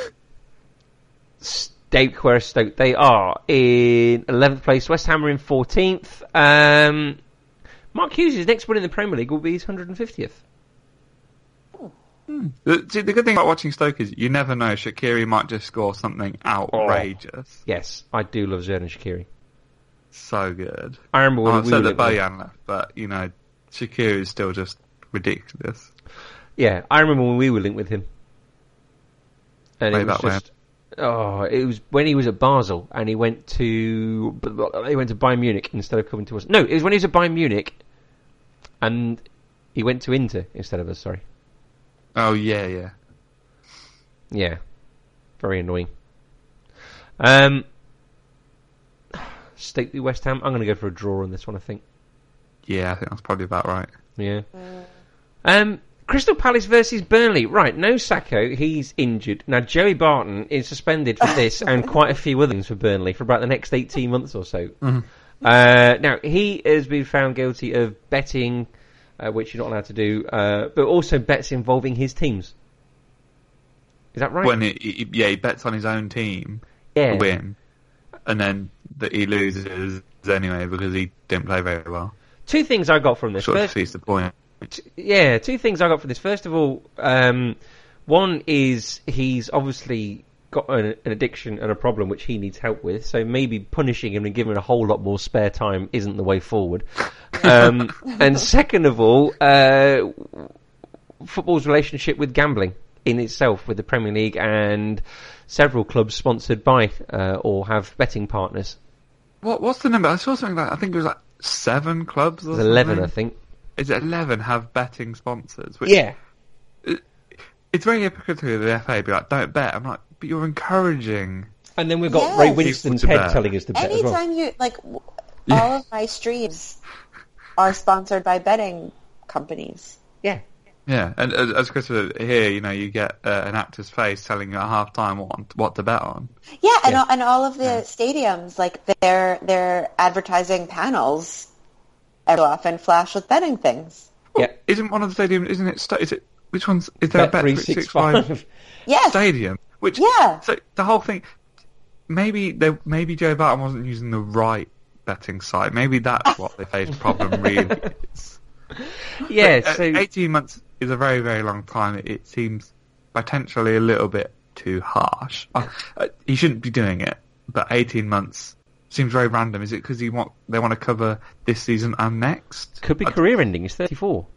Stoke, where is Stoke? They are in 11th place. West Ham are in 14th. Um, Mark Hughes' next win in the Premier League will be his 150th. The, see, the good thing about watching Stoke is you never know. Shakiri might just score something Oh. outrageous. Yes, I do love Zerdan Shakiri. So good. I remember when I we said were that little- Bojan left, but you know, Shakiri is still just ridiculous. Yeah, I remember when we were linked with him. And Way it was back when. just oh, it was when he was at Basel and he went to he went to Bayern Munich instead of coming to us. No, it was when he was at Bayern Munich, and he went to Inter instead of us. Sorry, Oh yeah, yeah. yeah, very annoying. Um, Stoke the West Ham. I'm going to go for a draw on this one. I think. Yeah, I think that's probably about right. Yeah. Um, Crystal Palace versus Burnley. Right, no Sacco, he's injured. Now, Joey Barton is suspended for this and quite a few other things for Burnley for about the next 18 months or so. Uh, now, he has been found guilty of betting, uh, which you're not allowed to do, uh, but also bets involving his teams. Is that right? When he, he, yeah, he bets on his own team yeah. to win, and then that he loses anyway because he didn't play very well. Two things I got from this. Sort of First- defeats the point. t- yeah, two things I got from this. First of all, um, one is he's obviously got an, an addiction and a problem which he needs help with, so maybe punishing him and giving him a whole lot more spare time isn't the way forward. Um, and second of all, uh, football's relationship with gambling in itself, with the Premier League and several clubs sponsored by uh, or have betting partners. What what's the number? I saw something like I think it was like seven clubs. Or There's 11, something. I think. Is it eleven have betting sponsors? Which Yeah. it's very hypocritical of the FA to be like, don't bet. I'm like, but you're encouraging. And then we've got Ray Yes. Winston's People to head bet. telling us to bet as well. Anytime you like, w all of my streams are sponsored by betting companies. Yeah. Yeah, and as, as Chris said here, you know, you get uh, an actor's face telling you at half time what, what to bet on. Yeah, and Yeah. All, and all of the stadiums, like their their advertising panels, every so often flash with betting things. Yeah. Isn't one of the stadiums? Isn't it? sta- Is it? Which one's? Is there a bet three six five 365. Yes, stadium? Which Yeah. So the whole thing. Maybe they, maybe Joe Barton wasn't using the right betting site. Maybe that's what they faced the problem really. is. yeah, Uh, so Eighteen months is a very very long time. It, it seems potentially a little bit too harsh. Uh, uh, he shouldn't be doing it, but eighteen months seems very random. Is it because he want they want to cover this season and next? could be I- career ending. He's 34.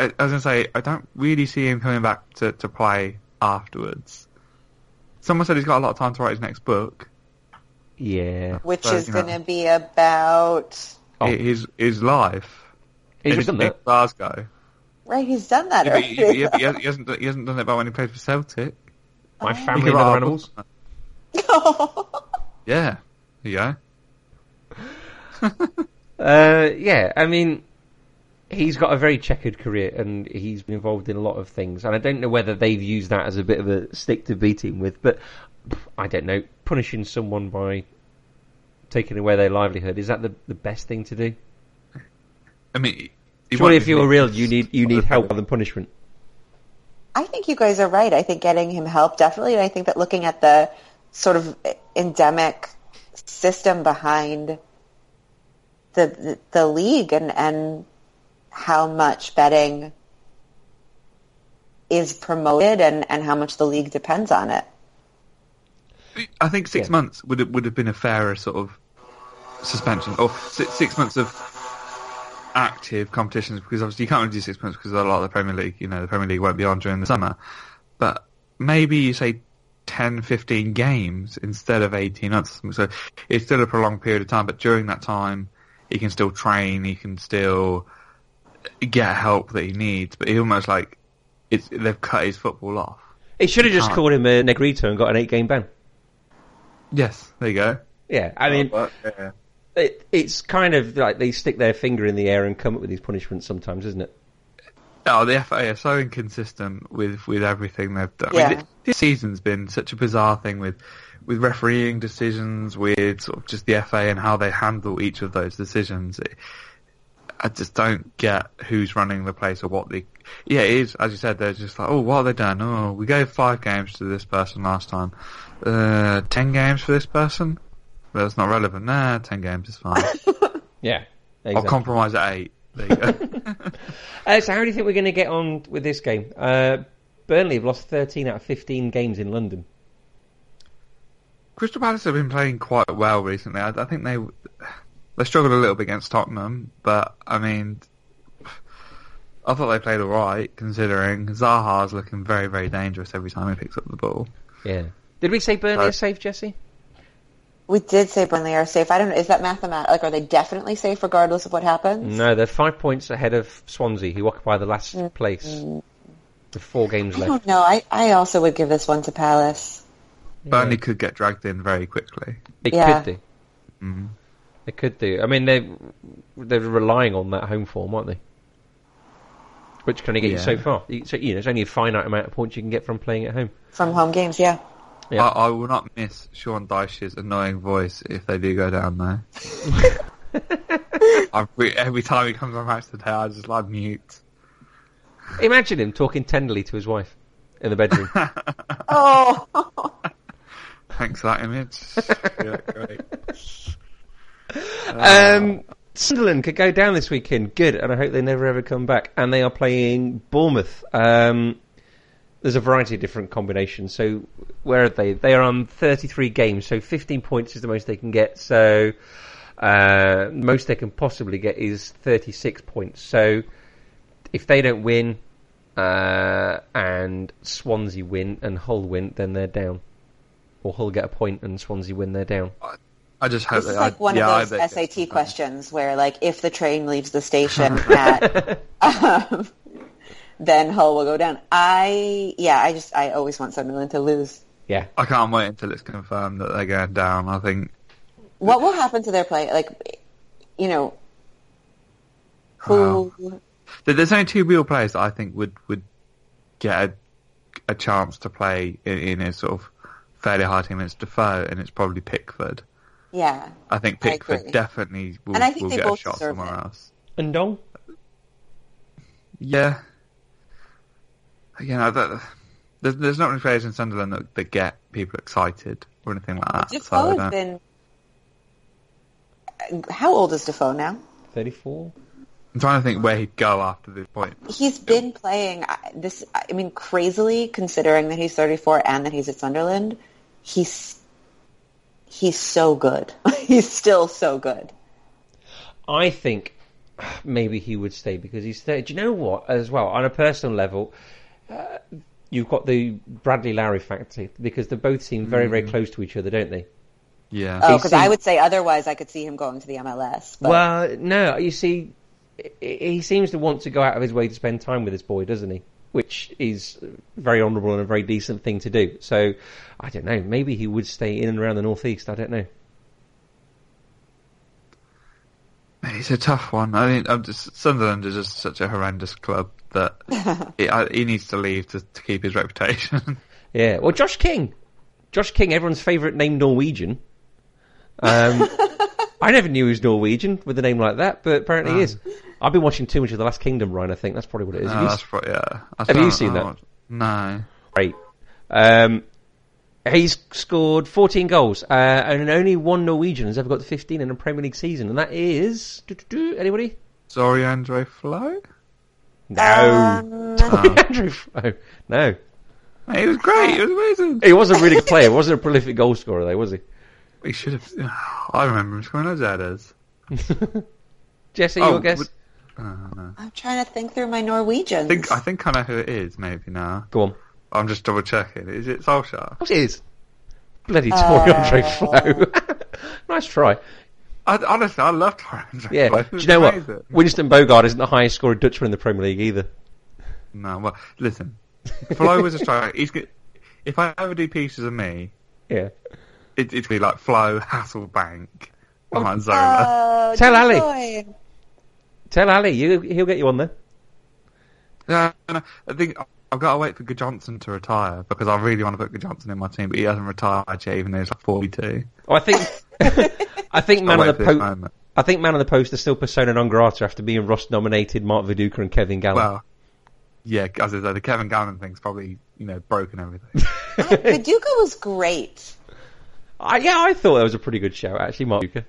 I I was gonna say, I don't really see him coming back to, to play afterwards. Someone said he's got a lot of time to write his next book. Yeah. which Well, is you know. going to be about Oh. Hi- His his life He's in, done in that. Glasgow. right. He's done that Yeah, but already. he, he- yeah, but he hasn't- he hasn't done- he hasn't done it by when he played for Celtic. My He family and could write other a book animals. on that. Yeah, there you go. Uh, yeah, I mean, he's got a very checkered career and he's been involved in a lot of things. And I don't know whether they've used that as a bit of a stick to beat him with, but I don't know. Punishing someone by taking away their livelihood is that the, the best thing to do? I mean, he- he Surely, won't if be you were real, released. you need you need help other than punishment. I think you guys are right. I think getting him help definitely, and I think that looking at the sort of endemic system behind the the, the league and and how much betting is promoted and, and how much the league depends on it. I think six Yeah. months would have, would have been a fairer sort of suspension, or six, six months of active competitions, because obviously you can't really do six months because a lot of the Premier League, you know, the Premier League won't be on during the summer. But maybe you say 10, 15 games instead of 18 months. So it's still a prolonged period of time, but during that time, he can still train, he can still get help that he needs, but he almost like, it's, they've cut his football off. It should have just can't. called him a Negrito and got an eight-game ban. Yes, there you go. Yeah, I mean, yeah. it, it's kind of like they stick their finger in the air and come up with these punishments sometimes, isn't it? Oh, the FA are so inconsistent with, with everything they've done. I Yeah. mean, thi- this season's been such a bizarre thing with with refereeing decisions, with sort of just the FA and how they handle each of those decisions. It- I just don't get who's running the place or what the. Yeah, it is as you said. They're just like, oh, what have they done? Oh, we gave five games to this person last time. Uh, ten games for this person. That's not relevant. Nah, ten games is fine. Yeah. I'll Exactly. compromise at eight. There you go. Uh, so, how do you think we're going to get on with this game? Uh, Burnley have lost 13 out of 15 games in London. Crystal Palace have been playing quite well recently. I, I think they they struggled a little bit against Tottenham, but I mean, I thought they played all right considering Zaha's looking very very dangerous every time he picks up the ball. Yeah. Did we say Burnley Uh, are safe, Jesse? We did say Burnley are safe. I don't know. Is that mathematic? Like, are they definitely safe regardless of what happens? No, they're five points ahead of Swansea, who occupy the last place with four games I left. don't know. I, I also would give this one to Palace. Burnley could get dragged in very quickly. They Yeah. could do. They could do. I mean, they they're relying on that home form, aren't they? Which can only get you so Yeah. far. You- So you know, it's only a finite amount of points you can get from playing at home. From home games, yeah. Yeah. I, I will not miss Sean Dyche's annoying voice if they do go down there. I, every time he comes on match today, I just like mute. Imagine him talking tenderly to his wife in the bedroom. Oh, Thanks for that image. Yeah, great. um, Sunderland could go down this weekend. Good, and I hope they never ever come back. And they are playing Bournemouth. Um, there's a variety of different combinations. So where are they? They are on 33 games. So 15 points is the most they can get. So uh, most they can possibly get is 36 points. So if they don't win uh, and Swansea win and Hull win, then they're down. Or Hull get a point and Swansea win, they're down. I just hope this is they- like I- one yeah, I of bet those they- SAT questions where, like, if the train leaves the station at, um, then Hull will go down. I, yeah, I just, I always want Sunderland to lose. Yeah. I can't wait until it's confirmed that they're going down. I think What will happen to their play? Like, you know, who? There- there's only two real players that I think would would get a, a chance to play in, in a sort of fairly high team. It's Defoe and it's probably Pickford. Yeah. I think I Pickford agree. definitely will, And I think will they get a both shot deserve somewhere it. else. And Dong? Yeah, you know, that, there's, there's not many players in Sunderland that, that get people excited or anything like that. so I Defoe don't- has been. uh, How old is Defoe now? 34? I'm trying to think where he'd go after this point. He's been playing I- this. I mean, crazily considering that he's 34 and that he's at Sunderland, he's he's so good. he's still so good. I think maybe he would stay because he's there. Do you know what? As well, on a personal level, uh, you've got the Bradley Lowry factor because they both seem very, very close to each other, don't they? Yeah. Oh, He's because seen- I would say otherwise, I could see him going to the MLS. But Well, no, you see, i- i- he seems to want to go out of his way to spend time with this boy, doesn't he? Which is very honourable and a very decent thing to do. So, I don't know. Maybe he would stay in and around the northeast. I don't know. It's a tough one. I mean, I'm just, Sunderland is just such a horrendous club that he, I, he needs to leave to, to keep his reputation. Yeah. Well, Josh King. Josh King, everyone's favourite name, Norwegian. Um, I never knew he was Norwegian with a name like that, but apparently he Ah. is. I've been watching too much of The Last Kingdom, Ryan. I think that's probably what it is. No, He's that's pro- yeah. I Have you don't- seen I that? don't- No. great. Um, He's scored 14 goals, uh, and only one Norwegian has ever got to 15 in a Premier League season, and that is anybody? Sorry, Andre Flo. Uh, Um, No, Tommy Andrew Flo. No, Mate, It was great. It was amazing. he was a really good player. He wasn't a prolific goal scorer though, was he? We should have. I remember him scoring those headers. Jesse, Oh, your guess? would- I don't know. I'm trying to think through my Norwegians. I think I think I know who it is. Maybe now. Go on. I'm just double checking. Is it Solskjaer? What is? Bloody Tory Andre Flo. nice try. I, honestly, I love Torrens. Yeah. Like, Do it's you know what? amazing. Winston Bogard isn't the highest scoring Dutchman in the Premier League either. No, well, listen. Flo was a striker. He's good. If I ever do pieces of me, Yeah. it, it'd be like Flo, Hasselbank, Oh. Manzola. Oh, Tell Ali. joy. Tell Ali, you, he'll get you on there. No, no, I think I've got to wait for Good Johnson to retire because I really want to put Good Johnson in my team, but he hasn't retired yet, even though he's like 42. Oh, I think I think man I'll on wait the for this po- moment. I think man on the post is still persona non grata after being Ross nominated Mark Viduka and Kevin Gallagher. Well, yeah, as I said, the Kevin Gannon thing's probably you know broken everything. Paducah was great. I, yeah, I thought that was a pretty good shout actually, Mark Viduka.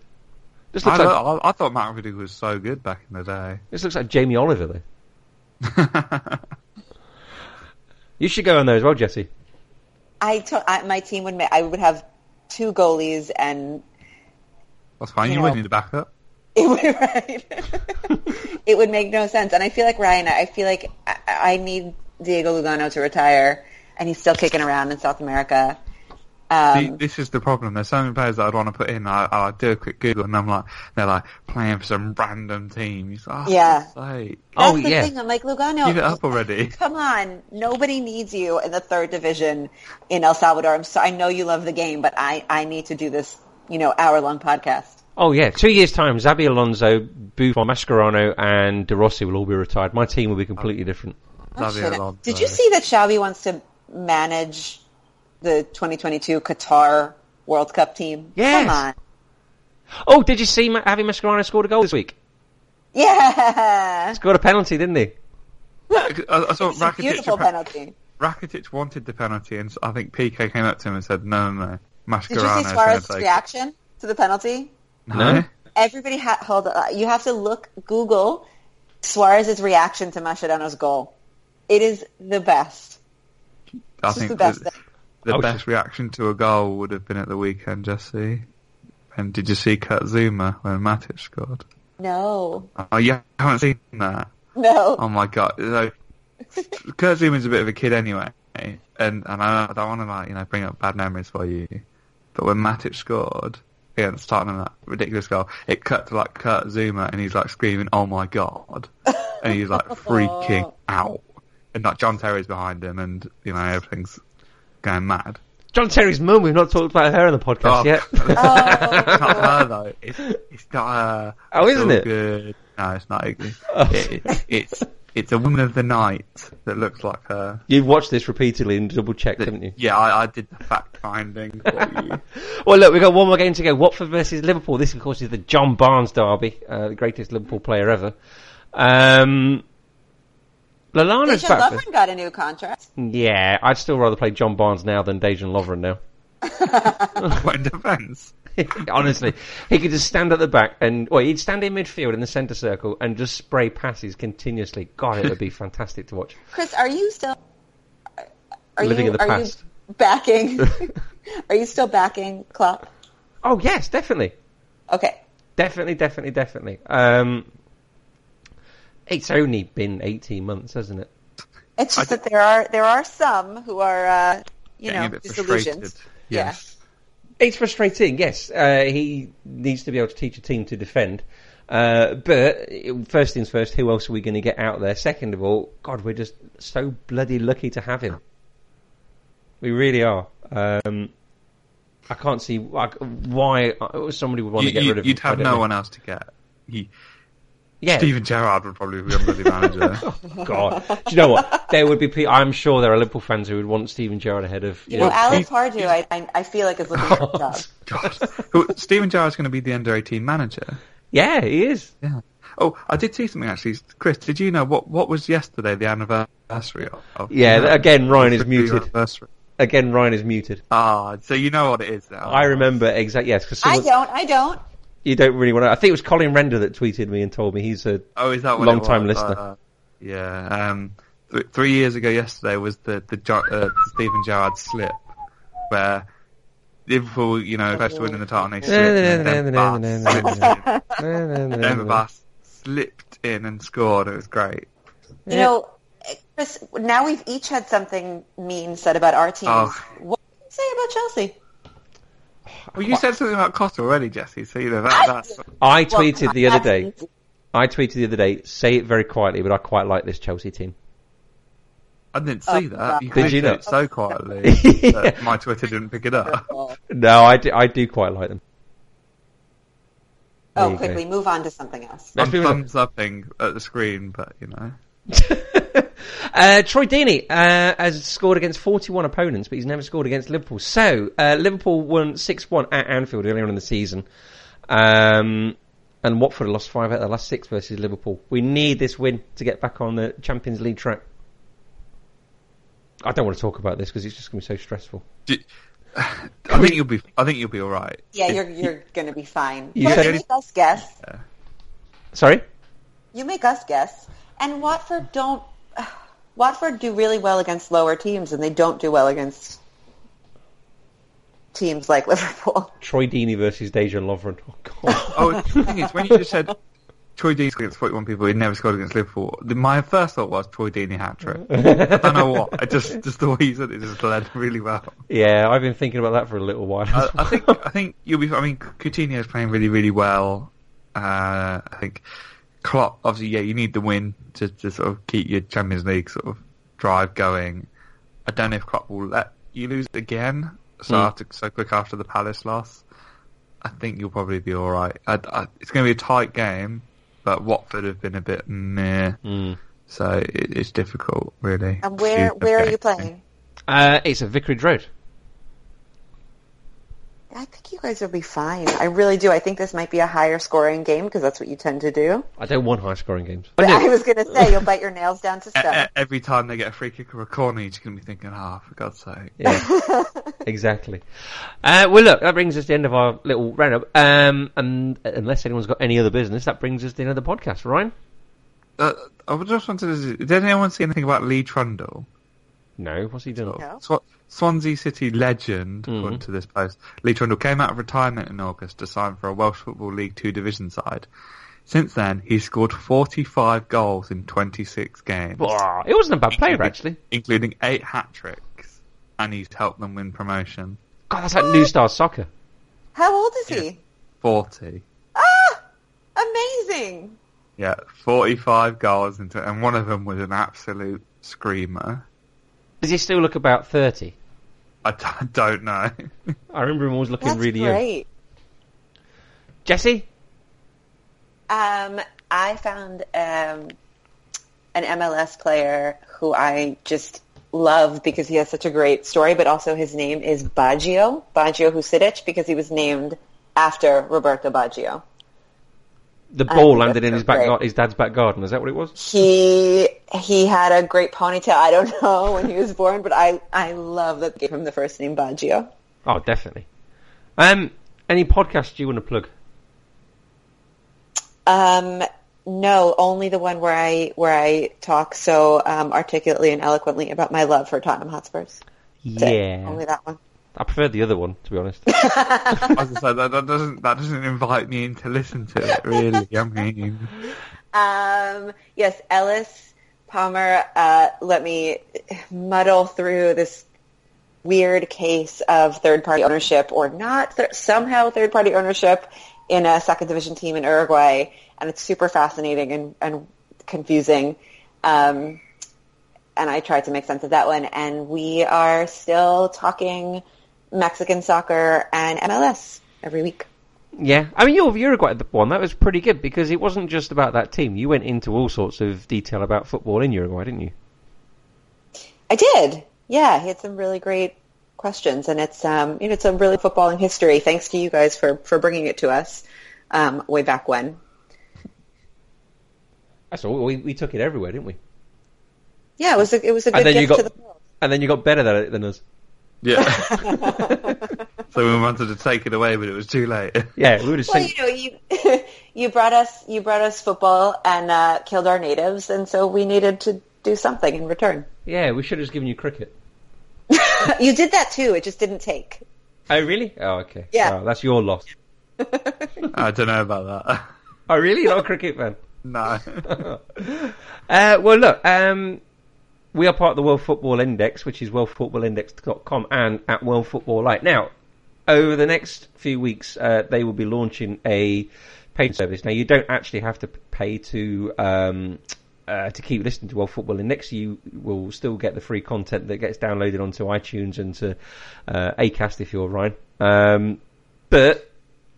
This I, looks like lo- I, I thought Matt Riddick was so good back in the day. this looks like Jamie Oliver though. You should go on there as well, Jesse. I, to- I my team would ma- I would have two goalies and That's fine. You Yeah. would need a backup. it would right. it would make no sense. And I feel like Ryan. I feel like I, I need Diego Lugano to retire, and he's still kicking around in South America. See, Um, this is the problem. There's so many players that I'd want to put in. I, I do a quick Google and I'm like, they're like playing for some random team. He's like, oh, Yeah. for fuck's sake, that's oh the yeah. thing. I'm like Lugano. give it up already. Come on, nobody needs you in the third division in El Salvador. I'm so I know you love the game, but I I need to do this, you know, hour long podcast. Oh yeah, two years time, Zabi Alonso, Buffon, Mascherano, and De Rossi will all be retired. My team will be completely different. That'd be a lot, Did though. you see that Xavi wants to manage the 2022 Qatar World Cup team? Yes. Come on. Oh, did you see Ma- Javi Mascherano scored a goal this week? Yeah. Scored a penalty, didn't he? I, I saw It's a beautiful Rakitic, penalty. Rakitic wanted the penalty and I think PK came up to him and said, no, no, no. Did you see Mascherano's going to Suarez's take it." reaction to the penalty? No? Everybody, ha- hold on. You have to look, Google Suarez's reaction to Mascherano's goal. It is the best. I This is think the best the, thing. the Oh, best reaction to a goal would have been at the weekend, Jesse. And did you see Kurt Zuma when Matic scored? No, Oh, you haven't seen that? no. Oh my god! So, Kurt Zuma's a bit of a kid anyway, and and I, I don't want to like you know bring up bad memories for you, but when Matic scored against starting on that ridiculous goal, it cut to like Kurt Zuma and he's like screaming, "Oh my god!" and he's like freaking out, and like John Terry's behind him, and you know everything's going mad. John Terry's mum. We've not talked about her on the podcast Oh. yet. Um, It's not her though. It's, it's not her. Oh, It's isn't all it? Good. No, it's not. It, it, it's it's a woman of the night that looks like her. You've watched this repeatedly and double checked, haven't you? Yeah, I, I did the fact finding for you. Well, look, we've got one more game to go. Watford versus Liverpool. This, of course, is the John Barnes derby, uh, the greatest Liverpool player ever. Um, Lallana's Dejan back. for- Lovren got a new contract. Yeah, I'd still rather play John Barnes now than Dejan Lovren now. What in defence? Honestly, he could just stand at the back and, well, he'd stand in midfield in the centre circle and just spray passes continuously. God, it would be fantastic to watch. Chris, are you still are Living you, in the are past. you backing? are you still backing Klopp? Oh yes, definitely, Okay. definitely, definitely, definitely. Um, it's only been eighteen months, hasn't it? It's just that there are there are some who are uh, you Getting know a bit disillusioned. frustrated. Yes. It's frustrating. Yes, uh, he needs to be able to teach a team to defend. Uh, but first things first, who else are we going to get out there? Second of all, God, we're just so bloody lucky to have him. We really are. Um, I can't see like, why uh, somebody would want to You, get you, rid of him. would I have don't no know. one else to get. You, Yeah, Oh, Steven Gerrard would probably be a bloody manager. God. Do you know what? There would be. Pe- I'm sure there are Liverpool fans who would want Steven Gerrard ahead of. You You know, know, Alex Pardew, I, I I feel like is looking for a job. God, Who- Steven Gerrard's going to be the under eighteen manager. yeah, he is. Yeah. Oh, I did see something actually, Chris. Did you know what what was yesterday the anniversary of? Yeah, You know, again, Ryan is the three-year muted. Anniversary. Again, Ryan is muted. Ah, so you know what it is now. I remember exactly. Yes, because I don't. I don't. you don't really want to. I think it was Colin Render that tweeted me and told me he's a. Oh, is that what Long-time it was? listener. Uh, yeah. Um, th- three years ago yesterday was the the jo- uh, Stephen Gerrard slip where Liverpool, you know, first winning the title, and they slipped. and then Bath slipped in. Denver Bass slipped in and scored. It was great. You know, Chris. Now we've each had something mean said about our teams. Oh. What did you say about Chelsea? Well, you said something about Costa already, Jesse. So you know that. That's, I Well, tweeted the other day. that's- I tweeted the other day. Say it very quietly, but I quite like this Chelsea team. I didn't see that. You Did you tweeted not? it so quietly that my Twitter didn't pick it up. Oh, No, I do. I do quite like them. There you go. quickly move on to something else. Let's I'm move on. thumbs upping at the screen, but you know. Uh, Troy Deeney uh, has scored against 41 opponents, but he's never scored against Liverpool. So uh, Liverpool won 6-1 at Anfield earlier in the season, um, and Watford lost five out of the last six versus Liverpool. We need this win to get back on the Champions League track. I don't want to talk about this because it's just going to be so stressful. Do- I think you'll be. I think you'll be all right. Yeah, you're you're gonna be fine. You But said- you make us guess. Sorry. You make us guess. And Watford don't. Watford do really well against lower teams, and they don't do well against teams like Liverpool. Troy Deeney versus Dejan Lovren. Oh, God. Oh, the thing is, when you just said Troy Deeney scored against 41 people, he never scored against Liverpool. the- My first thought was Troy Deeney hat trick. I don't know what. I just just the way you said it just led really well. yeah, I've been thinking about that for a little while. I, I think I think you'll be. I mean, Coutinho's playing really really well. Uh, I think Klopp. Obviously, yeah, you need the win to to sort of keep your Champions League sort of drive going. I don't know if Klopp will let you lose again. So Hmm. after so quick after the Palace loss, I think you'll probably be all right. I, I, it's going to be a tight game, but Watford have been a bit meh, Mm. so it, it's difficult really. And where where are you playing? Uh, it's at Vicarage Road. I think you guys will be fine. I really do. I think this might be a higher scoring game because that's what you tend to do. I don't want high scoring games. But I was going to say you'll bite your nails down to E- seven. e- Every time they get a free kick or a corner, you're just going to be thinking, "Ah, for God's sake!" Yeah, exactly. Uh, well, look, that brings us to the end of our little roundup. Um, and unless anyone's got any other business, that brings us to the end of the podcast. Ryan? Uh, I just wanted to. Did anyone see anything about Lee Trundle? No, what's he doing? No. Swa- Swansea City legend, according to this post, Lee Trundle came out of retirement in August to sign for a Welsh Football League Two division side. Since then, he's scored 45 goals in 26 games, Blah. It wasn't a bad player, actually. including eight hat tricks, and he's helped them win promotion. God, that's like New Star Soccer. How old is he? 40. Amazing. Yeah, 45 goals, into, and one of them was an absolute screamer. Does he still look about 30? I d- I don't know. I remember him always looking That's really young. great. Jesse? Um, I found um, an MLS player who I just love because he has such a great story, but also his name is Baggio, Baggio Husidic, because he was named after Roberto Baggio. The ball think landed that's in his so back great. gar- his dad's back garden. Is that what it was? He he had a great ponytail. I don't know when he was born, but I I love that they gave him the first name Baggio. Oh, definitely. Um, any podcasts you want to plug? Um, no, only the one where I where I talk so um, articulately and eloquently about my love for Tottenham Hotspurs. That's it. Yeah. only that one. I prefer the other one, to be honest. As I said, that, that doesn't that doesn't invite me in to listen to it. Really, I mean, Um, yes, Ellis Palmer uh, let me muddle through this weird case of third-party ownership or not th- somehow third-party ownership in a second division team in Uruguay, and it's super fascinating and, and confusing. Um, and I tried to make sense of that one, and we are still talking Mexican soccer and MLS every week. Yeah, I mean, your Uruguay one that was pretty good because it wasn't just about that team. You went into all sorts of detail about football in Uruguay, didn't you? I did. Yeah, he had some really great questions, and it's um, you know, it's a really footballing history. Thanks to you guys for for bringing it to us um, way back when. That's all. We, we took it everywhere, didn't we? Yeah, it was a, it was a good then you gift got- to the world. And then you got better at it than us. Yeah. so we wanted to take it away, but it was too late. Yeah, we would have Well, seen. you know, you you brought us you brought us football and uh, killed our natives, and so we needed to do something in return. Yeah, we should have just given you cricket. you did that too. It just didn't take. Oh, really? Oh, okay. Yeah. Oh, that's your loss. Oh, I don't know about that. Oh, really? You're not a cricket fan? no. Uh, well, look, um, we are part of the World Football Index, which is worldfootballindex.com and at World Football Lite. Now, over the next few weeks, uh, they will be launching a paid service. Now, you don't actually have to pay to um, uh, to keep listening to World Football Index. You will still get the free content that gets downloaded onto iTunes and to uh, Acast if you're Ryan. Um, but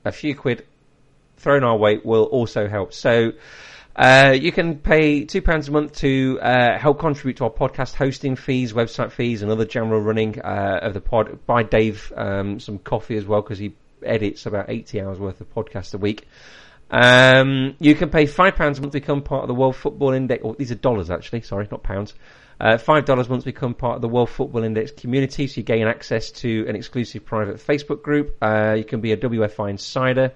a few quid thrown our way will also help. So uh, you can pay two pounds a month to uh, help contribute to our podcast hosting fees, website fees, and other general running uh, of the pod. Buy Dave um, some coffee as well because he edits about eighty hours worth of podcasts a week. Um, you can pay five pounds a month to become part of the World Football Index. Or these are dollars, actually. Sorry, not pounds. Uh, five dollars once become part of the World Football Index community, so you gain access to an exclusive private Facebook group. Uh, you can be a WFI insider,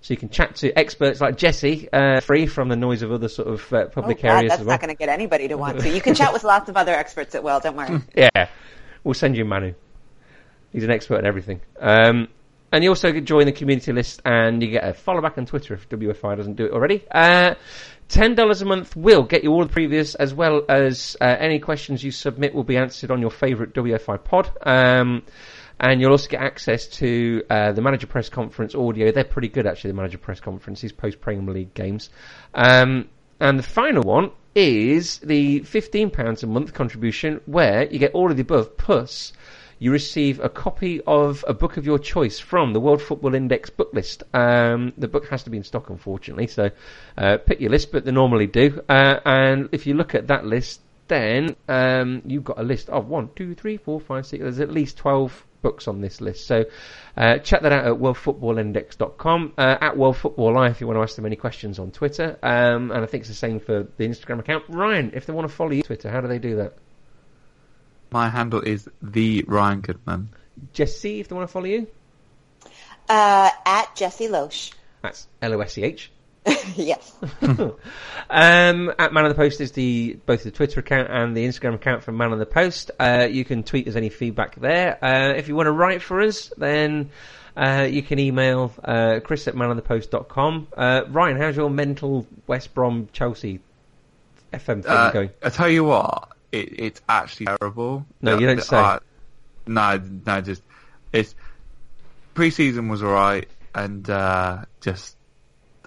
so you can chat to experts like Jesse, uh, free from the noise of other sort of uh, Oh public God, areas that's as well. not going to get anybody to want to. You can chat with lots of other experts at well. Don't Hmm. worry. Yeah, we'll send you Manu. He's an expert in everything. Um, and you also could join the community list, and you get a follow back on Twitter if WFI doesn't do it already. Uh, Ten dollars a month will get you all the previous, as well as uh, any questions you submit will be answered on your favourite WFI pod. Um, and you'll also get access to uh, the manager press conference audio. They're pretty good, actually. The manager press conferences post Premier League games. Um, and the final one is the fifteen pounds a month contribution, where you get all of the above plus you receive a copy of a book of your choice from the World Football Index book list. Um, the book has to be in stock, unfortunately, so uh, pick your list, but they normally do. Uh, and if you look at that list, then um, you've got a list of one, two, three, four, five, six. There's at least twelve books on this list. So uh, check that out at worldfootballindex.com, uh, at worldfootballlife if you want to ask them any questions on Twitter. Um, and I think it's the same for the Instagram account. Ryan, if they want to follow you on Twitter, how do they do that? My handle is the Ryan Goodman. Jesse, if they want to follow you, Uh, at Jesse Loesch. that's L O S E H. yes. Um, at Man of the Post is the both the Twitter account and the Instagram account for Man of the Post. Uh, you can tweet us any feedback there. Uh, if you want to write for us, then uh, you can email uh, Chris at manofthepost.com. Uh, Ryan, how's your mental West Brom Chelsea FM thing Uh, going? I tell you what, it, it's actually terrible. No, The- you don't the- say. uh, no, no, just it's preseason was alright, and uh, just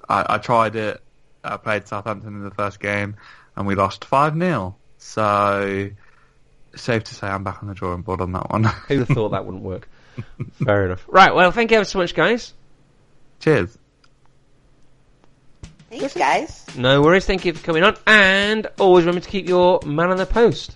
I, I tried it. I played Southampton in the first game, and we lost five 0 So safe to say I'm back on the drawing board on that one. Who'd have thought that wouldn't work? Fair enough. Right, well, thank you ever so much, guys. Cheers. Thanks, guys. No worries, thank you for coming on. And always remember to keep your man on the post.